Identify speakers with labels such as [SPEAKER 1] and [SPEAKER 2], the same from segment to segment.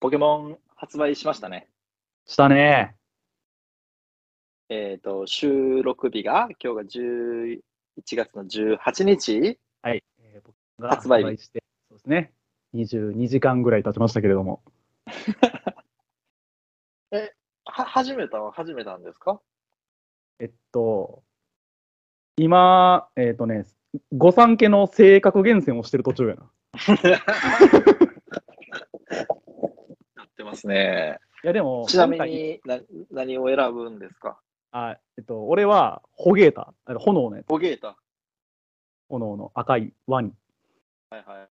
[SPEAKER 1] ポケモン発売しましたね。
[SPEAKER 2] したね。
[SPEAKER 1] えっ、と、収録日が、今日が11月の18日
[SPEAKER 2] はい。えー僕が
[SPEAKER 1] 発売日
[SPEAKER 2] して、そうですね。22時間ぐらい経ちましたけれども。
[SPEAKER 1] は、始めたは始めたんですか
[SPEAKER 2] えっと、今、えっとね、御三家の性格厳選をしてる途中やな。
[SPEAKER 1] やってますね。
[SPEAKER 2] いや、でも、
[SPEAKER 1] ちなみ
[SPEAKER 2] 今回
[SPEAKER 1] に、な何を選ぶんですか
[SPEAKER 2] あ、えっと、俺は、ホゲータ、あの炎のやつ、
[SPEAKER 1] ボゲータ。は
[SPEAKER 2] 炎の赤いワニ。
[SPEAKER 1] いはい。はいはい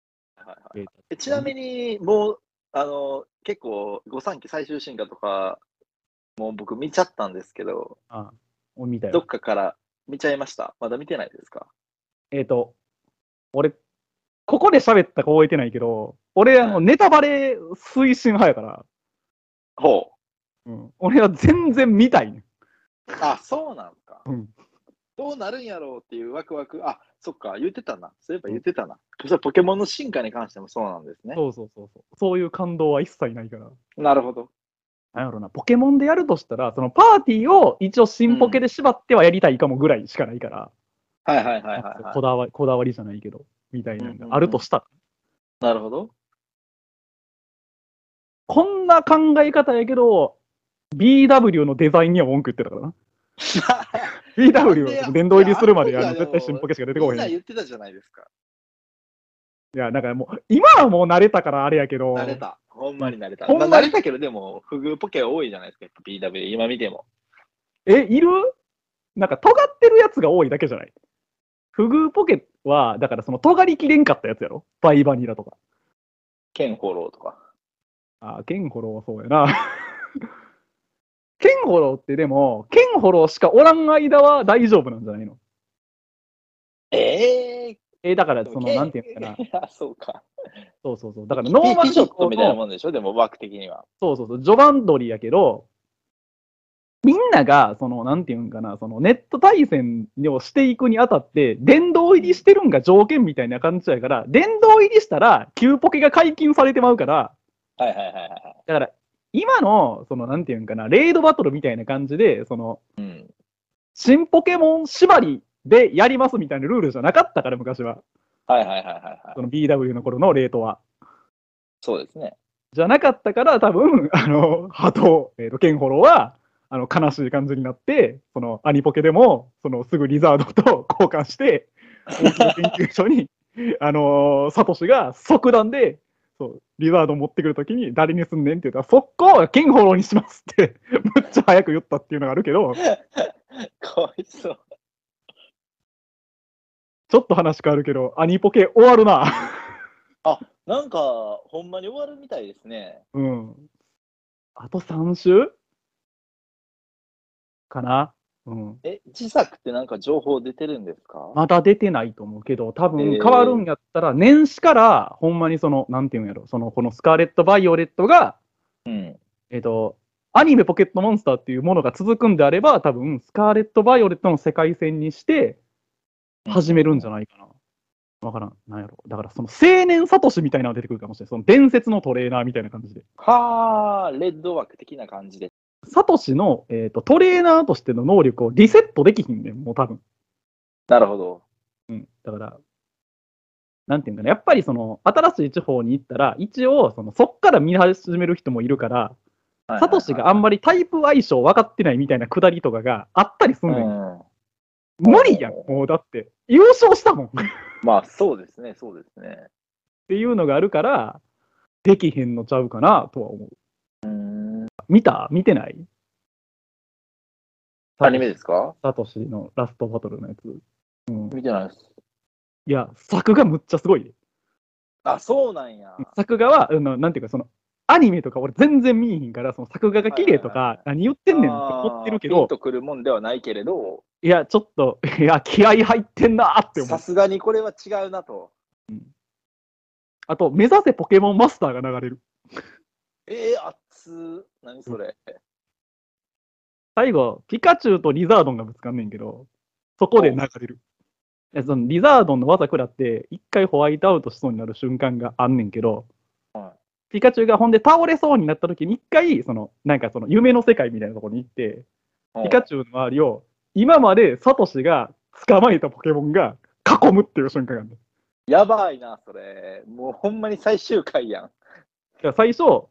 [SPEAKER 2] ホゲータ
[SPEAKER 1] えちなみに、もう、あの、結構、御三家最終進化とか、もう僕見ちゃったんですけど、
[SPEAKER 2] あ、を見た
[SPEAKER 1] どっ
[SPEAKER 2] よ。
[SPEAKER 1] かから見ちゃいました。まだ見てないですか
[SPEAKER 2] えっと、俺、ここで喋ったか覚えてないけど、俺、あ
[SPEAKER 1] は
[SPEAKER 2] の、
[SPEAKER 1] い
[SPEAKER 2] ネタバレ推進派やから、
[SPEAKER 1] ほ
[SPEAKER 2] うん、俺は全然見たいね。
[SPEAKER 1] う。あ、そうなんか。
[SPEAKER 2] うん
[SPEAKER 1] どうなるんやろうっていうワクワク。あ、そっか、言ってたな。そういえば言ってたな。そしたらポケモンの進化に関してもそうなんですね。
[SPEAKER 2] そうそうそうそう。そういう感動は一切ないから。
[SPEAKER 1] なるほど。
[SPEAKER 2] なんやろな、ポケモンでやるとしたら、そのパーティーを一応新ポケで縛ってはやりたいかもぐらいしかないから、
[SPEAKER 1] はいはいはい
[SPEAKER 2] なん
[SPEAKER 1] はい、
[SPEAKER 2] か
[SPEAKER 1] は
[SPEAKER 2] こだわりこだわりじゃないけど、みたいな
[SPEAKER 1] うんうん
[SPEAKER 2] の
[SPEAKER 1] うん
[SPEAKER 2] があるとしたら、
[SPEAKER 1] い。なるほど。
[SPEAKER 2] こんな考え方やけど、BW のデザインには文句言ってたから な。BW を殿堂入りするまでやる絶対新ポケしか出てこ
[SPEAKER 1] みん
[SPEAKER 2] へん。
[SPEAKER 1] ない言ってたじゃないですか。
[SPEAKER 2] や、なんかもう、今はもう慣れたからあれやけど、
[SPEAKER 1] 慣れた。ほんまに慣れた。
[SPEAKER 2] ほんまに
[SPEAKER 1] まあ慣れたけど、でも、不遇ポケ多いじゃないですか。やっぱ BW、今見ても。
[SPEAKER 2] え、いるなんか尖ってるやつが多いだけじゃない不遇ポケは、だからその尖りきれんかったやつやろバイバニラとか。
[SPEAKER 1] ケンフォローとか。
[SPEAKER 2] あー、ケンホロウはそうやな。 ケンホロウってでも、ケンホロウしかおらん間は大丈夫なんじゃないの
[SPEAKER 1] ええ
[SPEAKER 2] えーだから、
[SPEAKER 1] ー、
[SPEAKER 2] その、なんていうのかな。
[SPEAKER 1] な。そうか。
[SPEAKER 2] そうそうそう。だから、ノーマル
[SPEAKER 1] ピピショットみたいな
[SPEAKER 2] の、
[SPEAKER 1] もんでしょ、でも枠的には。
[SPEAKER 2] そうそうそう、序盤取りやけど、みんなが、その、なんていうんかな、その、ネット対戦をしていくにあたって、殿堂入りしてるんが条件みたいな感じやから、殿堂入りしたら、旧ポケが解禁されてまうから、
[SPEAKER 1] はいはいはいはいはい。
[SPEAKER 2] だから、今の、その、なんていうんかな、レイドバトルみたいな感じで、その、
[SPEAKER 1] うん。
[SPEAKER 2] 新ポケモン縛りでやりますみたいなルールじゃなかったから、昔は。
[SPEAKER 1] はいはいはいはい、はい
[SPEAKER 2] そ。の BW の頃のレートは。
[SPEAKER 1] そうですね。
[SPEAKER 2] じゃなかったから、多分、 あの、波動、えっ、と、ケンホロは、あの、悲しい感じになって、その、アニポケでも、その、すぐリザードと 交換して、大きな研究所に、 あのーサトシが即断で、そう、リザード持ってくるときに、誰にすんねんって言ったら、速攻、ケンホロにしますって、 むっちゃ早く言ったっていうのがあるけど、
[SPEAKER 1] かわいそう。
[SPEAKER 2] ちょっと話変わるけど、アニポケ終わるな。
[SPEAKER 1] なんか、ほんまに終わるみたいですね。
[SPEAKER 2] うん。あと3週かな。うん。
[SPEAKER 1] え、自作ってなんか情報出てるんですか
[SPEAKER 2] まだ出てないと思うけど、多分
[SPEAKER 1] え
[SPEAKER 2] 変
[SPEAKER 1] ー
[SPEAKER 2] わるんやったら、年始から、ほんまにその、なんていうんやろ、その、このスカーレット・バイオレットが、
[SPEAKER 1] うん。
[SPEAKER 2] えっ、と、アニメポケットモンスターっていうものが続くんであれば、多分、スカーレット・バイオレットの世界線にして、始めるんじゃないかな。わからん。なんやろ。だから、その、青年サトシみたいなのが出てくるかもしれない。その、伝説のトレーナーみたいな感じで。
[SPEAKER 1] はあ、レッド枠的な感じで。
[SPEAKER 2] サトシの、えー、とトレーナーとしての能力をリセットできひんねん、もう多分。
[SPEAKER 1] なるほど。
[SPEAKER 2] うん。だから、なんていうんかな、やっぱりその、新しい地方に行ったら、一応、その、そっから見始める人もいるから、
[SPEAKER 1] はいはいはい
[SPEAKER 2] サトシがあんまりタイプ相性分かってないみたいなくだりとかがあったりすんね
[SPEAKER 1] う
[SPEAKER 2] ん。
[SPEAKER 1] ん。
[SPEAKER 2] 無理やん、もうだって。優勝したもん っ
[SPEAKER 1] まあ、そうですね、そうですね。
[SPEAKER 2] ていうのがあるから、できへんのちゃうかなとは思う。
[SPEAKER 1] うーん。
[SPEAKER 2] 見た見てない
[SPEAKER 1] アニメですか
[SPEAKER 2] サトシのラストバトルのやつ。
[SPEAKER 1] 見てないです。
[SPEAKER 2] いや、作画むっちゃすごいで。
[SPEAKER 1] あ、そうなんや。
[SPEAKER 2] 作画は、あのなんていうか、その、アニメとか俺全然見えへんから、その作画が綺麗と
[SPEAKER 1] はいはいはいはい、
[SPEAKER 2] か何言ってんねんって思ってるけ
[SPEAKER 1] あーピン
[SPEAKER 2] ど、
[SPEAKER 1] とくるもんではないけれど、
[SPEAKER 2] いや、ちょっと、いや、気合入ってんなーって思
[SPEAKER 1] さ
[SPEAKER 2] う。
[SPEAKER 1] すがにこれは違うなと。
[SPEAKER 2] あと、目指せポケモンマスターが流れる。
[SPEAKER 1] えー、熱っ。何それ。
[SPEAKER 2] 最後、ピカチュウとリザードンがぶつかんねんけど、そこで流れる。いやそのリザードンの技食らって、一回ホワイトアウトしそうになる瞬間があんねんけど、
[SPEAKER 1] は
[SPEAKER 2] ピカチュウがほんで倒れそうになった時に一回、その、なんかその夢の世界みたいなところに行って、ピカチュウの周りを、今までサトシが捕まえたポケモンが囲むっていう瞬間があるの。
[SPEAKER 1] やばいな、それ。もうほんまに最終回やん。
[SPEAKER 2] だから最初、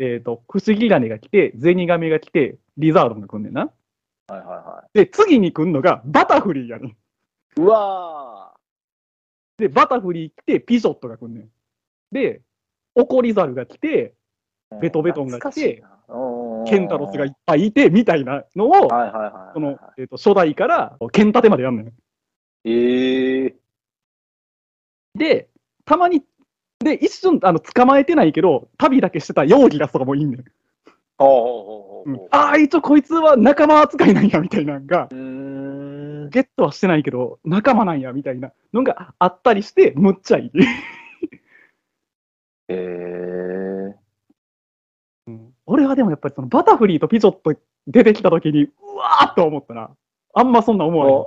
[SPEAKER 2] えっ、と、不思議種が来て、ゼニガメが来て、リザードンが来んねんな。
[SPEAKER 1] はいはいは
[SPEAKER 2] で、次に来んのがバタフリーやねん。
[SPEAKER 1] い。うわ
[SPEAKER 2] で、バタフリー来て、ピジョットが来んねん。で、オコリザルが来て、
[SPEAKER 1] ー
[SPEAKER 2] ベトベトンが来て、
[SPEAKER 1] 懐かしいな
[SPEAKER 2] ケンタロスがいっぱいいて、みたいなのを、
[SPEAKER 1] はいはいはいはい。
[SPEAKER 2] その、えっ、と、初代から、ケンタテまでやんねん。
[SPEAKER 1] ええ
[SPEAKER 2] で、たまに、で、一瞬、あの、捕まえてないけど、旅だけしてた容疑がとかもいいんねん。
[SPEAKER 1] ほうほうほうほうほう。
[SPEAKER 2] ああ、一応こいつは仲間扱いなんや、みたいなのが
[SPEAKER 1] う、ーん。
[SPEAKER 2] ゲットはしてないけど、仲間なんや、みたいなのがあったりして、むっちゃいい。
[SPEAKER 1] えー、
[SPEAKER 2] 俺はでもやっぱりそのバタフリーとピジョット出てきた時に、うわーっと思ったな。あんまそんな思わ
[SPEAKER 1] もう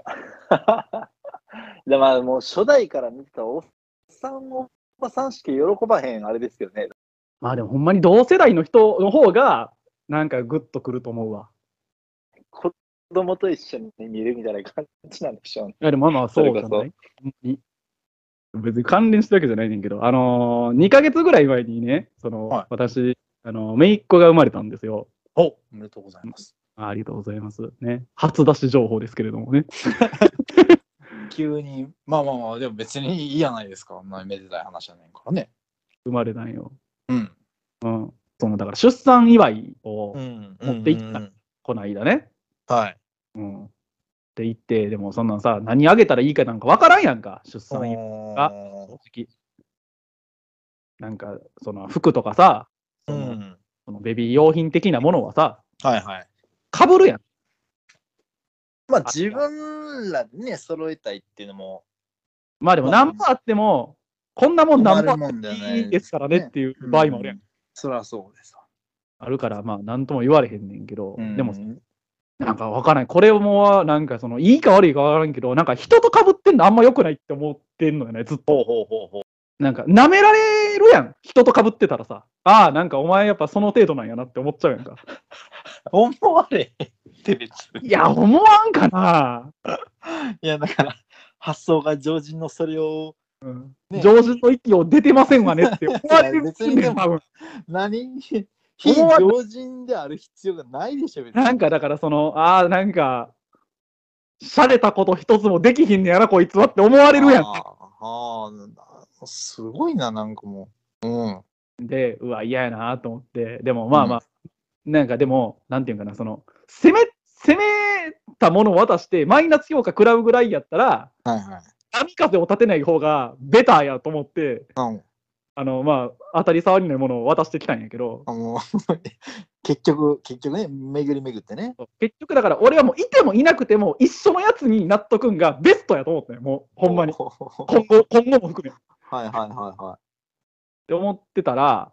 [SPEAKER 1] でまあもう初代から見てたおっさんおばさんしか喜ばへんあれですけどね。
[SPEAKER 2] まあでもほんまに同世代の人の方が、なんかグッとくると思うわ。
[SPEAKER 1] 子供と一緒に見るみたいな感じなんでしょうね。
[SPEAKER 2] いやでもまあまあそうじゃ
[SPEAKER 1] そ
[SPEAKER 2] な
[SPEAKER 1] れ
[SPEAKER 2] いほんまに別に関連してるわけじゃないねんけど、あのー、2ヶ月ぐらい前にね、その、
[SPEAKER 3] はい
[SPEAKER 2] 私、あのー、姪っ子が生まれたんですよ。
[SPEAKER 3] おおめでとうございます。
[SPEAKER 2] あありがとうございます。ね。初出し情報ですけれどもね。
[SPEAKER 3] 急に、まあまあまあ、でも別にいいやないですか。あんなにめでたい話じゃないからね。
[SPEAKER 2] 生まれたんよ。
[SPEAKER 3] うん。
[SPEAKER 2] うん。その、だから出産祝いを、
[SPEAKER 3] ん
[SPEAKER 2] 持っていったこないだね。
[SPEAKER 3] た。はい。
[SPEAKER 2] うん。って言って、でもそんなんさ、何あげたらいいかなんかわからんやんか、出産祝い
[SPEAKER 3] が
[SPEAKER 2] 正直。なんか、その服とかさ、
[SPEAKER 3] う
[SPEAKER 2] その
[SPEAKER 3] ん。
[SPEAKER 2] そのベビー用品的なものはさ、
[SPEAKER 3] はいはい。
[SPEAKER 2] かぶるやん。
[SPEAKER 3] まあ
[SPEAKER 2] あ
[SPEAKER 3] 自分らでね、揃えたいっていうのも、
[SPEAKER 2] まあでも
[SPEAKER 3] まあ
[SPEAKER 2] 何もあっても、こんなもん何もあ
[SPEAKER 3] 困るもん
[SPEAKER 2] っ
[SPEAKER 3] じ
[SPEAKER 2] て
[SPEAKER 3] ゃない
[SPEAKER 2] いいですからねっていう場合もあるやん。
[SPEAKER 3] うんそりゃそうですわ。
[SPEAKER 2] あるから、まあ何とも言われへんねんけど、でも
[SPEAKER 3] う、ん
[SPEAKER 2] なんかわからない。これも、なんかその、いいか悪いかわからんけど、なんか人とかぶってんのあんま良くないって思ってんのよね、ずっと。
[SPEAKER 3] ほうほうほう。
[SPEAKER 2] なんか、舐められるやん。人とかぶってたらさ。ああ、なんかお前やっぱその程度なんやなって思っちゃうやん か。
[SPEAKER 3] 思われへんって別に。
[SPEAKER 2] いや、思わんかない
[SPEAKER 3] や、だから、発想が常人のそれを、ね
[SPEAKER 2] 上手の域を出てませんわね って思われる
[SPEAKER 3] 別にでも
[SPEAKER 2] 多分
[SPEAKER 3] 何非
[SPEAKER 2] 思わな
[SPEAKER 3] 常人である必要がないでしょ、別に。
[SPEAKER 2] なんかだからその、ああ、なんか、洒落たこと一つもできひんねやな、こいつはって思われるやん。
[SPEAKER 3] ああああ、すごいな、なんかもう。うん。
[SPEAKER 2] で、うわ、嫌やなと思って、でもまあまあ、なんかでも、なんていうんかな、その、攻め、攻めたものを渡して、マイナス評価食らうぐらいやったら、
[SPEAKER 3] はいはい。
[SPEAKER 2] 波風を立てない方がベターやと思って、
[SPEAKER 3] うん
[SPEAKER 2] あの、まあ、当たり障りないものを渡してきたんやけど、
[SPEAKER 3] あの 結局、結局ね、巡り巡ってね。
[SPEAKER 2] 結局だから、俺はもういてもいなくても、一緒のやつになっとくんがベストやと思ったよ、もう、ほんまに。
[SPEAKER 3] ほうほうほう
[SPEAKER 2] 今後、今後も含め。
[SPEAKER 3] はいはいはいは
[SPEAKER 2] って思ってたら、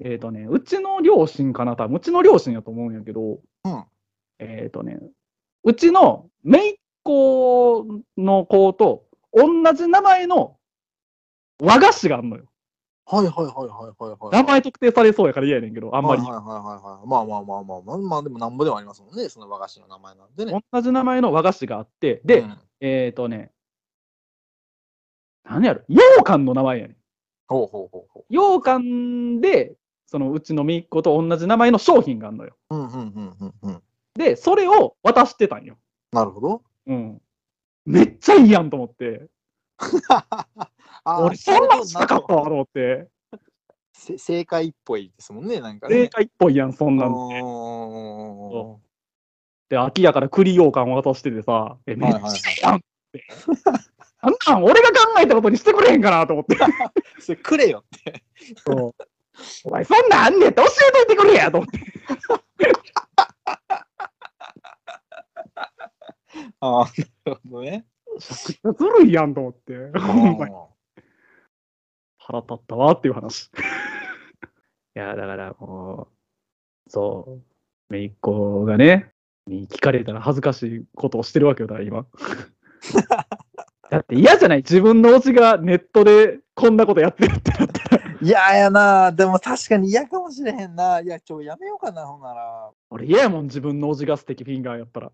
[SPEAKER 2] えっ、とね、うちの両親かな、多分うちの両親やと思うんやけど、
[SPEAKER 3] い。うん。
[SPEAKER 2] えっ、とね、うちの姪っ子の子と同じ名前の和菓子があんのよ。
[SPEAKER 3] はいはいはいはいはい、はい。
[SPEAKER 2] 名前特定されそうやから嫌やねんけど、あ
[SPEAKER 3] あ
[SPEAKER 2] んまり
[SPEAKER 3] はい。はいはいはいはい。まあまあまあまあまあ、まあでもなんぼでもありますもんね、その和菓子の名前なんでね。
[SPEAKER 2] 同じ名前の和菓子があって、で、
[SPEAKER 3] うん
[SPEAKER 2] えっ、とね、何やろ、羊羹の名前やねん。
[SPEAKER 3] ほうほうほうほ
[SPEAKER 2] 羊羹で、そのうちの姪っ子と同じ名前の商品があんのよ。
[SPEAKER 3] う。うんうんうんうんうん。
[SPEAKER 2] で、それを渡してたんよ。
[SPEAKER 3] なるほど。
[SPEAKER 2] うん。めっちゃいいやんと思って。
[SPEAKER 3] あ
[SPEAKER 2] 俺、そんなんしなかったわと思って。
[SPEAKER 3] せ正解っぽいですもんね、なんかね。
[SPEAKER 2] 正解っぽいやん、そんなんっ
[SPEAKER 3] お
[SPEAKER 2] て。秋やから栗羊羹渡しててさ、え、めっ
[SPEAKER 3] はい
[SPEAKER 2] ちゃ
[SPEAKER 3] はいいはい
[SPEAKER 2] いやんって。あんなん俺が考えたことにしてくれへんかなと思って。
[SPEAKER 3] ーそれくれよ。
[SPEAKER 2] そうお前、そんなんあんねんって教えといてくれやと思って。
[SPEAKER 3] あーなるほ どね。
[SPEAKER 2] ずるいやんと思って。ほんまに腹立ったわっていう話。 いや、だからもう、そう、めいっ子がね、に聞かれたら恥ずかしいことをしてるわけよ、だから 今。だって嫌じゃない自分の推しがネットでこんなことやってるってなったら。
[SPEAKER 3] 嫌やなでも確かに嫌かもしれへんないや今日やめようかなほんなら
[SPEAKER 2] 俺嫌やもん、自分のおじが素敵フィンガーやったら。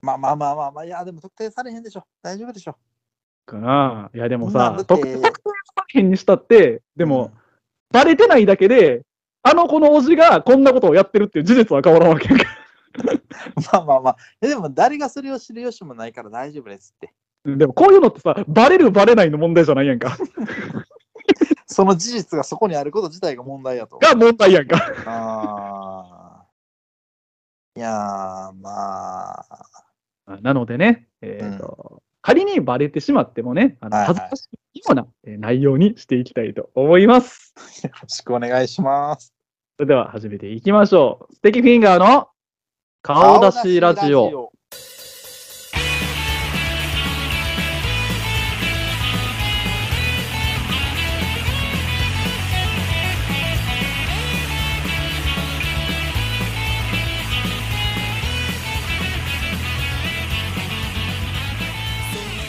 [SPEAKER 3] まあまあまあまあまあいやでも特定されへんでしょ大丈夫でしょ
[SPEAKER 2] かないや、でも
[SPEAKER 3] まあだ
[SPEAKER 2] さ
[SPEAKER 3] っ、て
[SPEAKER 2] 特定作品にしたって、でも、バレてないだけで、あの子のおじがこんなことをやってるっていう事実は変わらんわけやから。
[SPEAKER 3] まあまあまあ。えでも誰がそれを知る由もないから大丈夫ですって。
[SPEAKER 2] でもこういうのってさ、バレるバレないの問題じゃないやんか。
[SPEAKER 3] その事実がそこにあること自体が問題やと。
[SPEAKER 2] が問題やん か。
[SPEAKER 3] あ ーいやー、まあ。
[SPEAKER 2] なのでね、えーと仮にバレてしまってもね、あの
[SPEAKER 3] はいはい
[SPEAKER 2] 恥ずかしいようなえー内容にしていきたいと思います。
[SPEAKER 3] よろしくお願いします。
[SPEAKER 2] それでは始めていきましょう。素敵フィンガーの顔出しラジオ。。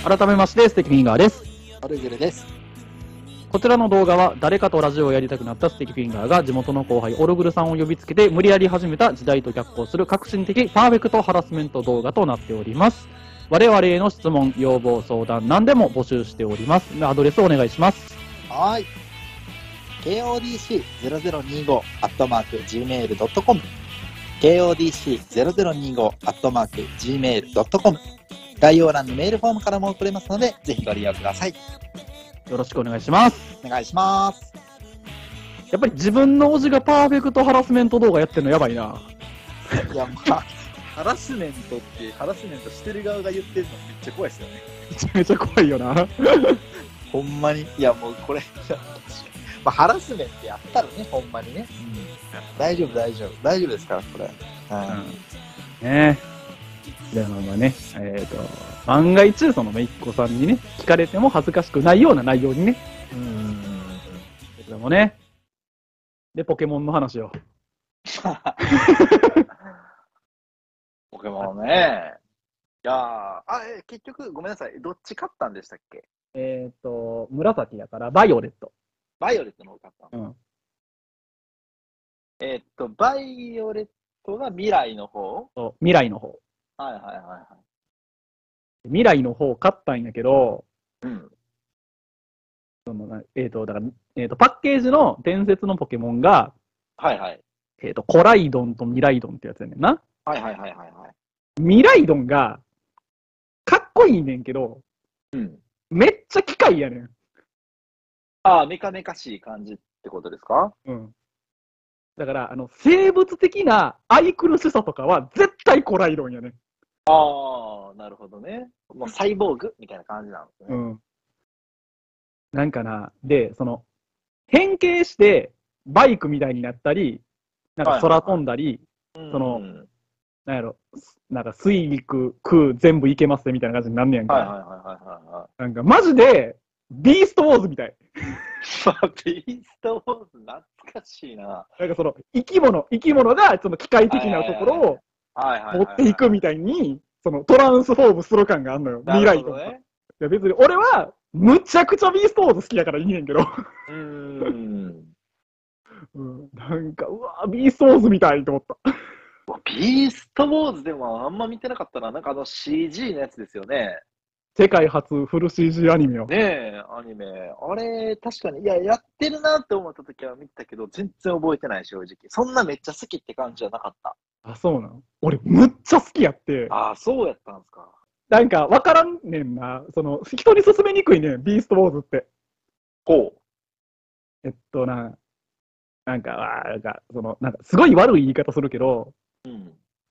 [SPEAKER 2] 改めまして、素敵フィンガーです。
[SPEAKER 3] オルグルです。
[SPEAKER 2] こちらの動画は誰かとラジオをやりたくなったステキフィンガーが地元の後輩オルグルさんを呼びつけて無理やり始めた時代と逆行する革新的パーフェクトハラスメント動画となっております。我々への質問、要望、相談、何でも募集しております。アドレスお願いします。
[SPEAKER 3] はーい。KODC0025 アットマーク Gmail.com KODC0025 アットマーク Gmail.com 概要欄のメールフォームからも送れますので、ぜひご利用ください。
[SPEAKER 2] よろしくお願いします。
[SPEAKER 3] お願いします。
[SPEAKER 2] やっぱり自分のおじがパーフェクトハラスメント動画やってるのやばいな。
[SPEAKER 3] いや、まあ、
[SPEAKER 1] ハラスメントって、ハラスメントしてる側が言ってるのめっちゃ怖いですよね。
[SPEAKER 2] めちゃめちゃ怖いよな。
[SPEAKER 3] ほんまに。いや、もうこれ、まあ、ハラスメントやったらね、ほんまにね。大丈夫、大丈夫。大丈夫ですから、これ。は
[SPEAKER 2] ねえ。じゃあまあね、えっ、と、万が一、そのめいっ子さんにね、聞かれても恥ずかしくないような内容にね、
[SPEAKER 3] い。うん。
[SPEAKER 2] こちらもね。で、ポケモンの話を。
[SPEAKER 1] ポケモンね。いやーあ、え、結局、ごめんなさい。どっち勝ったんでしたっけ
[SPEAKER 2] えっ、と、紫やから、バイオレット。
[SPEAKER 1] バイオレットの方が勝ったの
[SPEAKER 2] うん
[SPEAKER 1] えーっと、バイオレットが未来の方
[SPEAKER 2] そう未来の方。
[SPEAKER 1] はいはいはいは
[SPEAKER 2] 未来の方買ったんやけど、
[SPEAKER 1] い。うん。
[SPEAKER 2] そのなえっ、と、だから、えっ、と、パッケージの伝説のポケモンが、
[SPEAKER 1] はいはい。
[SPEAKER 2] えっ、と、コライドンとミライドンってやつやねんな。
[SPEAKER 1] はいはいはいはいはい。
[SPEAKER 2] ミライドンが、かっこいいねんけど、
[SPEAKER 1] うん。
[SPEAKER 2] めっちゃ機械やねん。
[SPEAKER 1] ああ、メカメカしい感じってことですか
[SPEAKER 2] うん。だから、あの、生物的な愛くるしさとかは、絶対コライドンやねん。
[SPEAKER 1] ああ、なるほどね。もうサイボーグみたいな感じなんです
[SPEAKER 2] う
[SPEAKER 1] ね。
[SPEAKER 2] ん。なんかな、で、その、変形して、バイクみたいになったり、なんか空飛んだり、
[SPEAKER 1] うん
[SPEAKER 2] その
[SPEAKER 1] うん
[SPEAKER 2] なんやろ、すなんか水陸空全部いけますねみたいな感じになんねやんか。
[SPEAKER 1] はいはいはいはいはいは
[SPEAKER 2] なんかマジで、ビーストウォーズみたい。
[SPEAKER 1] い。ビーストウォーズ懐かしいな。
[SPEAKER 2] なんかその、生き物、生き物がその機械的なところを
[SPEAKER 1] はいはいはい、
[SPEAKER 2] 持っていくみたいに、そのトランスフォームする感があるのよ。未
[SPEAKER 1] なる
[SPEAKER 2] 来
[SPEAKER 1] ほ
[SPEAKER 2] と
[SPEAKER 1] ど
[SPEAKER 2] か。い
[SPEAKER 1] ね。
[SPEAKER 2] や別に俺は、むちゃくちゃビーストウォーズ好きだからいいねんけど。
[SPEAKER 1] うーん。
[SPEAKER 2] うん、なんか、うわビーストウォーズみたいと思った。
[SPEAKER 1] ビーストウォーズでもあんま見てなかったな。なんかあの CG のやつですよね。
[SPEAKER 2] 世界初フル CG アニメを。
[SPEAKER 1] ねえ、アニメ。あれ、確かに、いや、やってるなって思った時は見てたけど、全然覚えてない、正直。そんなめっちゃ好きって感じじゃなかった。
[SPEAKER 2] あ、そうなの俺、むっちゃ好きやって、
[SPEAKER 1] ああ、そうやったんですか。
[SPEAKER 2] なんか分からんねんな。その、人に勧めにくいねん、ビーストウォーズって。
[SPEAKER 1] ほう。
[SPEAKER 2] えっとな、なんか、わーなんか、その、なんか、すごい悪い言い方するけど、
[SPEAKER 1] うん。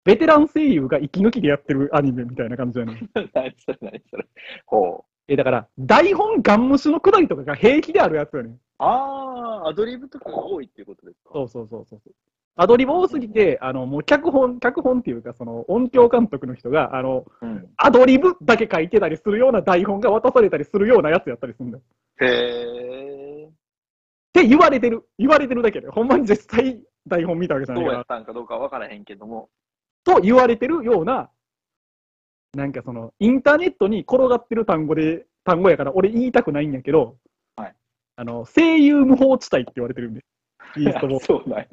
[SPEAKER 2] ベテラン声優が息抜きでやってるアニメみたいな感じやねん。
[SPEAKER 1] 何それ、何それ。ほう。
[SPEAKER 2] え、だから、台本ガン無視のくだりとかが平気であるやつやねん。
[SPEAKER 1] ああ、アドリブとかが多いっていうことですか。
[SPEAKER 2] そうそうそうそう。アドリブ多すぎて、あの、もう脚本、脚本っていうか、その、音響監督の人が、あの、
[SPEAKER 1] うん。
[SPEAKER 2] アドリブだけ書いてたりするような台本が渡されたりするようなやつやったりするんだよ。
[SPEAKER 1] へえ。
[SPEAKER 2] って言われてる。言われてるだけで。ほんまに実際台本見たわけじゃ
[SPEAKER 1] ど
[SPEAKER 2] な
[SPEAKER 1] う
[SPEAKER 2] いか
[SPEAKER 1] やっ
[SPEAKER 2] ら。
[SPEAKER 1] たんかどうかわからへんけど も。
[SPEAKER 2] と言われてるような、なんかその、インターネットに転がってる単語で、単語やから、俺言いたくないんやけど、
[SPEAKER 1] はい
[SPEAKER 2] あの、声優無法地帯って言われてるんで、イース トボーン。
[SPEAKER 1] そうなんや。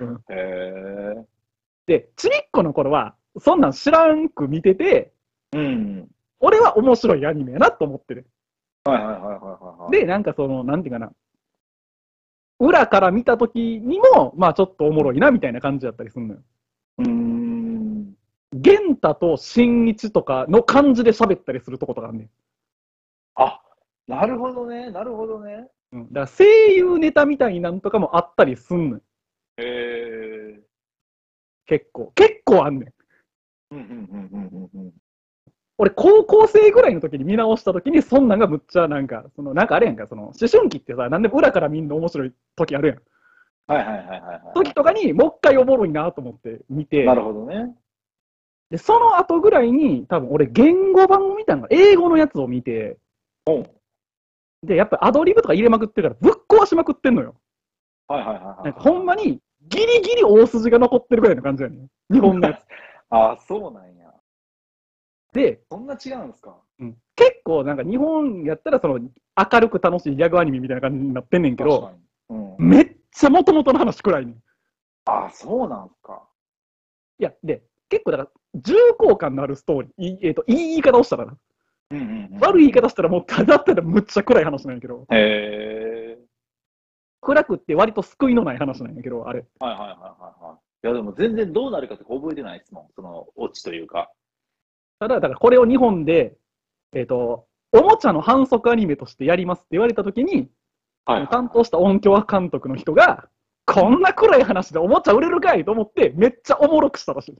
[SPEAKER 2] うん
[SPEAKER 1] へえ。
[SPEAKER 2] で、ちびっこの頃は、そんなん知らんく見てて、
[SPEAKER 1] うん。
[SPEAKER 2] 俺は面白いアニメやなと思ってる。
[SPEAKER 1] はいはいはいはいはい。、
[SPEAKER 2] で、なんかその、なんていうかな、裏から見た時にも、まあちょっとおもろいなみたいな感じだったりするのよ。
[SPEAKER 1] うーん。
[SPEAKER 2] 玄太と新一とかの感じで喋ったりするとことかあんねん。
[SPEAKER 1] あ、なるほどね、なるほどね。
[SPEAKER 2] うん、だから声優ネタみたいなんとかもあったりすんのよ。
[SPEAKER 1] へえ。
[SPEAKER 2] 結構。結構あんねん。
[SPEAKER 1] うんうんうんうんうんうん。
[SPEAKER 2] 俺、高校生ぐらいの時に見直した時に、そんなんがむっちゃなんか、その、なんかあれやんか、その、思春期ってさ、なんでも裏から見んの面白い時あるやん。
[SPEAKER 1] はいはいはいはいはい。
[SPEAKER 2] 時とかにもう一回おもろいなと思って見て、
[SPEAKER 1] なるほどね。
[SPEAKER 2] で、その後ぐらいに、多分俺、言語版を見たのが、英語のやつを見て、
[SPEAKER 1] おう
[SPEAKER 2] で、やっぱアドリブとか入れまくってるから、ぶっ壊しまくってんのよ。
[SPEAKER 1] はいはいはいはい。
[SPEAKER 2] なんか、ほんまに、ギリギリ大筋が残ってるぐらいの感じやねん。日本のや
[SPEAKER 1] あ、そうなんや。
[SPEAKER 2] つ。で、
[SPEAKER 1] そんな違うんですか
[SPEAKER 2] うん結構なんか日本やったら、その、明るく楽しいギャグアニメみたいな感じになってんねんけ
[SPEAKER 1] 確
[SPEAKER 2] ど、
[SPEAKER 1] かに。うん。
[SPEAKER 2] めっちゃ元々の話くらいねん。
[SPEAKER 1] あ、そうなんすか。
[SPEAKER 2] いや、で、結構だから、重厚感のあるストーリー、いいえっ、と、いい言い方をしたらな、
[SPEAKER 1] うんうん、うん。
[SPEAKER 2] 悪い言い方したらもう、ただったらむっちゃ暗い話なんやけど、
[SPEAKER 1] へえ。
[SPEAKER 2] 暗くって割と救いのない話なんやけど、あれ。
[SPEAKER 1] はいはいはいはいはい。いやでも全然どうなるかとか覚えてないですもん。そのオチというか。
[SPEAKER 2] ただ、だからこれを日本で、えっ、と、おもちゃの反則アニメとしてやりますって言われたときに、
[SPEAKER 1] は
[SPEAKER 2] 担当した音響監督の人が、こんな暗い話でおもちゃ売れるかいと思って、めっちゃおもろくしたらしい。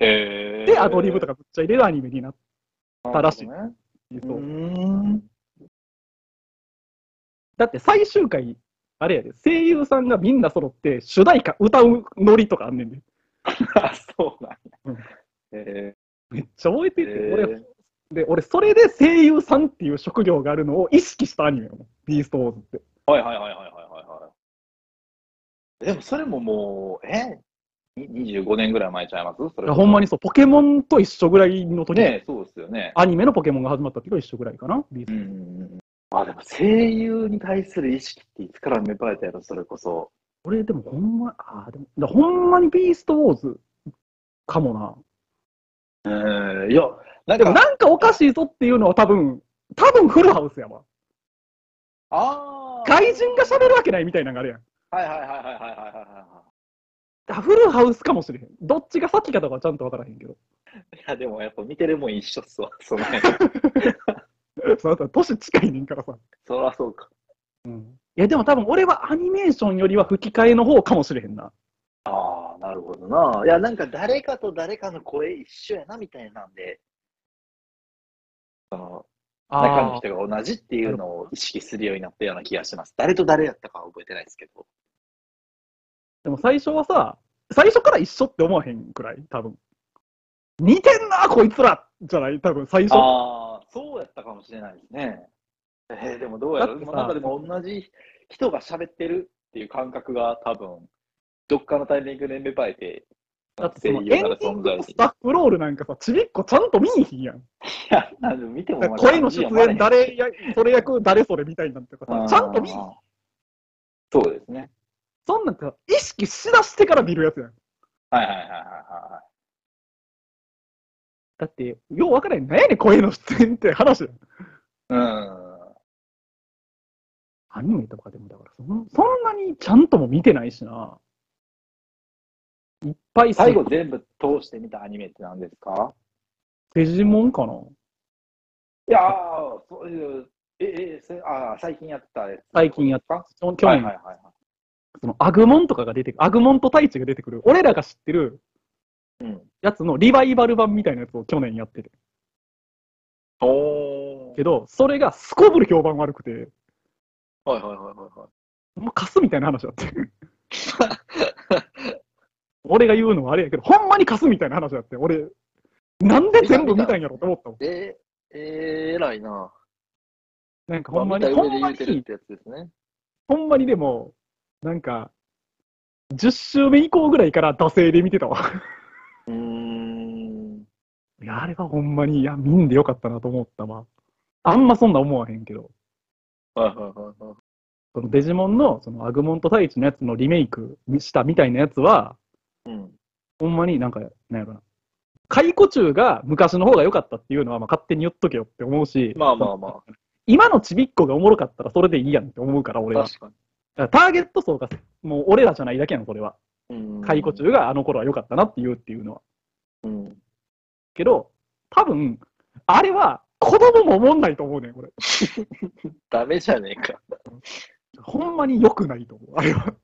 [SPEAKER 1] へえ。
[SPEAKER 2] で、アドリブとかぶっちゃ入れるアニメになっ
[SPEAKER 1] か
[SPEAKER 2] たらしい
[SPEAKER 1] ね。
[SPEAKER 2] ていう
[SPEAKER 1] う
[SPEAKER 2] と、
[SPEAKER 1] ーん。
[SPEAKER 2] だって最終回、あれやで、声優さんがみんな揃って主題歌歌うノリとかあんねんで、
[SPEAKER 1] あ、そうなん
[SPEAKER 2] うん
[SPEAKER 1] や。へ
[SPEAKER 2] めっちゃ覚えて
[SPEAKER 1] え。
[SPEAKER 2] て、俺、で、俺、それで声優さんっていう職業があるのを意識したアニメよ、ビーストウォーズって。
[SPEAKER 1] はいはいはいはいはいはいはい。でもそれももう、えに ?25 年ぐらい前ちゃいますそれ
[SPEAKER 2] いやほんま
[SPEAKER 1] に。
[SPEAKER 2] にそう、ポケモンと一緒ぐらいの時、
[SPEAKER 1] ねえそうですよね。
[SPEAKER 2] アニメのポケモンが始まった時と一緒ぐらいかな、ビー
[SPEAKER 1] う
[SPEAKER 2] スト
[SPEAKER 1] んうんうん。あ、でも声優に対する意識っていつから芽生えたやろ、それこそ。
[SPEAKER 2] 俺、でもほんま、ああ、でも、だほんまにビーストウォーズかもな。
[SPEAKER 1] えー、いや、なん
[SPEAKER 2] でも
[SPEAKER 1] か、
[SPEAKER 2] なんかおかしいぞっていうのは多分、多分フルハウスやわ。
[SPEAKER 1] ああ。
[SPEAKER 2] 外人が喋るわけないみたいなのがあるやん。
[SPEAKER 1] はいはいはいはいはいはいはいは
[SPEAKER 2] あフルハウスかもしれへん。どっちが先かとかはちゃんとわからへんけど。
[SPEAKER 1] い。いや、でもやっぱ見てるもん一緒っすわ、 その辺。
[SPEAKER 2] その後、年近いねんからさ。
[SPEAKER 1] そらそうか。
[SPEAKER 2] うん。いや、でも多分俺はアニメーションよりは吹き替えの方かもしれへんな。
[SPEAKER 1] ああ、なるほどな。いや、なんか誰かと誰かの声一緒やなみたいなんで、その中の
[SPEAKER 2] あー
[SPEAKER 1] 人が同じっていうのを意識するようになったような気がします。誰と誰やったかは覚えてないですけど。
[SPEAKER 2] でも最初はさ、最初から一緒って思わへんくらい、多分。似てんな、こいつらじゃない多分最初。
[SPEAKER 1] ああ、そうやったかもしれないですね。えーでもどうやろ
[SPEAKER 2] だっ
[SPEAKER 1] う。
[SPEAKER 2] てさ
[SPEAKER 1] 今なんかでも同じ人が喋ってるっていう感覚が多分、どっかのタイミングで芽生えて、
[SPEAKER 2] だってそのエ
[SPEAKER 1] 声優
[SPEAKER 2] ンデ
[SPEAKER 1] なら
[SPEAKER 2] ィン
[SPEAKER 1] 存
[SPEAKER 2] グ
[SPEAKER 1] 在
[SPEAKER 2] の
[SPEAKER 1] し
[SPEAKER 2] スタッフロールなんかさ、ちびっこちゃんと見にひんやん。
[SPEAKER 1] いや、なんで見てもまあ
[SPEAKER 2] 声の出演、誰や、それ役、誰それみたいなんとか
[SPEAKER 1] う
[SPEAKER 2] さ、ちゃんと見にひん。
[SPEAKER 1] そうですね。
[SPEAKER 2] そんなんさ、意識しだしてから見るやつやん。
[SPEAKER 1] はいはいはいはいはいはい。
[SPEAKER 2] だって、ようわからへん。なんやねん、声の出演って話やん。
[SPEAKER 1] うん。
[SPEAKER 2] アニメとかでも、だからそん、そんなにちゃんとも見てないしな。いっぱい
[SPEAKER 1] 最後全部通して見たアニメって何ですか
[SPEAKER 2] デジモンかな。
[SPEAKER 1] いやー、そういう、え、え、それあー最近やったやつ。
[SPEAKER 2] 最近やった
[SPEAKER 1] は。
[SPEAKER 2] 去年
[SPEAKER 1] いはいはいはい。
[SPEAKER 2] そのアグモンとかが出てくる、アグモンと太一が出てくる、俺らが知ってる
[SPEAKER 1] うん。
[SPEAKER 2] やつのリバイバル版みたいなやつを去年やってて。
[SPEAKER 1] おー
[SPEAKER 2] けど、それがすこぶる評判悪くて、
[SPEAKER 1] はいはいはいはいはい。
[SPEAKER 2] もうカスみたいな話だって。 俺が言うのはあれやけど、ほんまにカスみたいな話だって。俺、なんで全部見たんやろって思ったもん。
[SPEAKER 1] えー、えー、偉いな。
[SPEAKER 2] なんかほんま
[SPEAKER 1] まあ見
[SPEAKER 2] に、
[SPEAKER 1] た
[SPEAKER 2] ほ
[SPEAKER 1] 上で
[SPEAKER 2] ん
[SPEAKER 1] 言
[SPEAKER 2] ま
[SPEAKER 1] うてるっ
[SPEAKER 2] に、
[SPEAKER 1] てやつですね。
[SPEAKER 2] ほんまにでも、なんか、10周目以降ぐらいから惰性で見てたわ。
[SPEAKER 1] うーん。
[SPEAKER 2] いや、あれはほんまに、いや、見んでよかったなと思ったわ。あんまそんな思わへんけど。
[SPEAKER 1] はいはいはいはい。
[SPEAKER 2] そのデジモンのそのアグモント太一のやつのリメイクしたみたいなやつは、
[SPEAKER 1] うん。
[SPEAKER 2] ほんまになんか、なんやろな。解雇中が昔の方が良かったっていうのは、まあ、勝手に言っとけよって思うし、
[SPEAKER 1] まあまあ ま
[SPEAKER 2] 今のちびっこがおもろかったらそれでいいやんって思うから、俺
[SPEAKER 1] あ。
[SPEAKER 2] は。
[SPEAKER 1] 確か
[SPEAKER 2] だからターゲット層が、もう俺らじゃないだけやん、それは。
[SPEAKER 1] に。うん
[SPEAKER 2] 解雇中があの頃は良かったなっていうっていうのは。
[SPEAKER 1] うん。
[SPEAKER 2] けど、多分、あれは子供も思んないと思うねん、これ。
[SPEAKER 1] ダメじゃねえか。
[SPEAKER 2] ほんまに良くないと思う、あれは。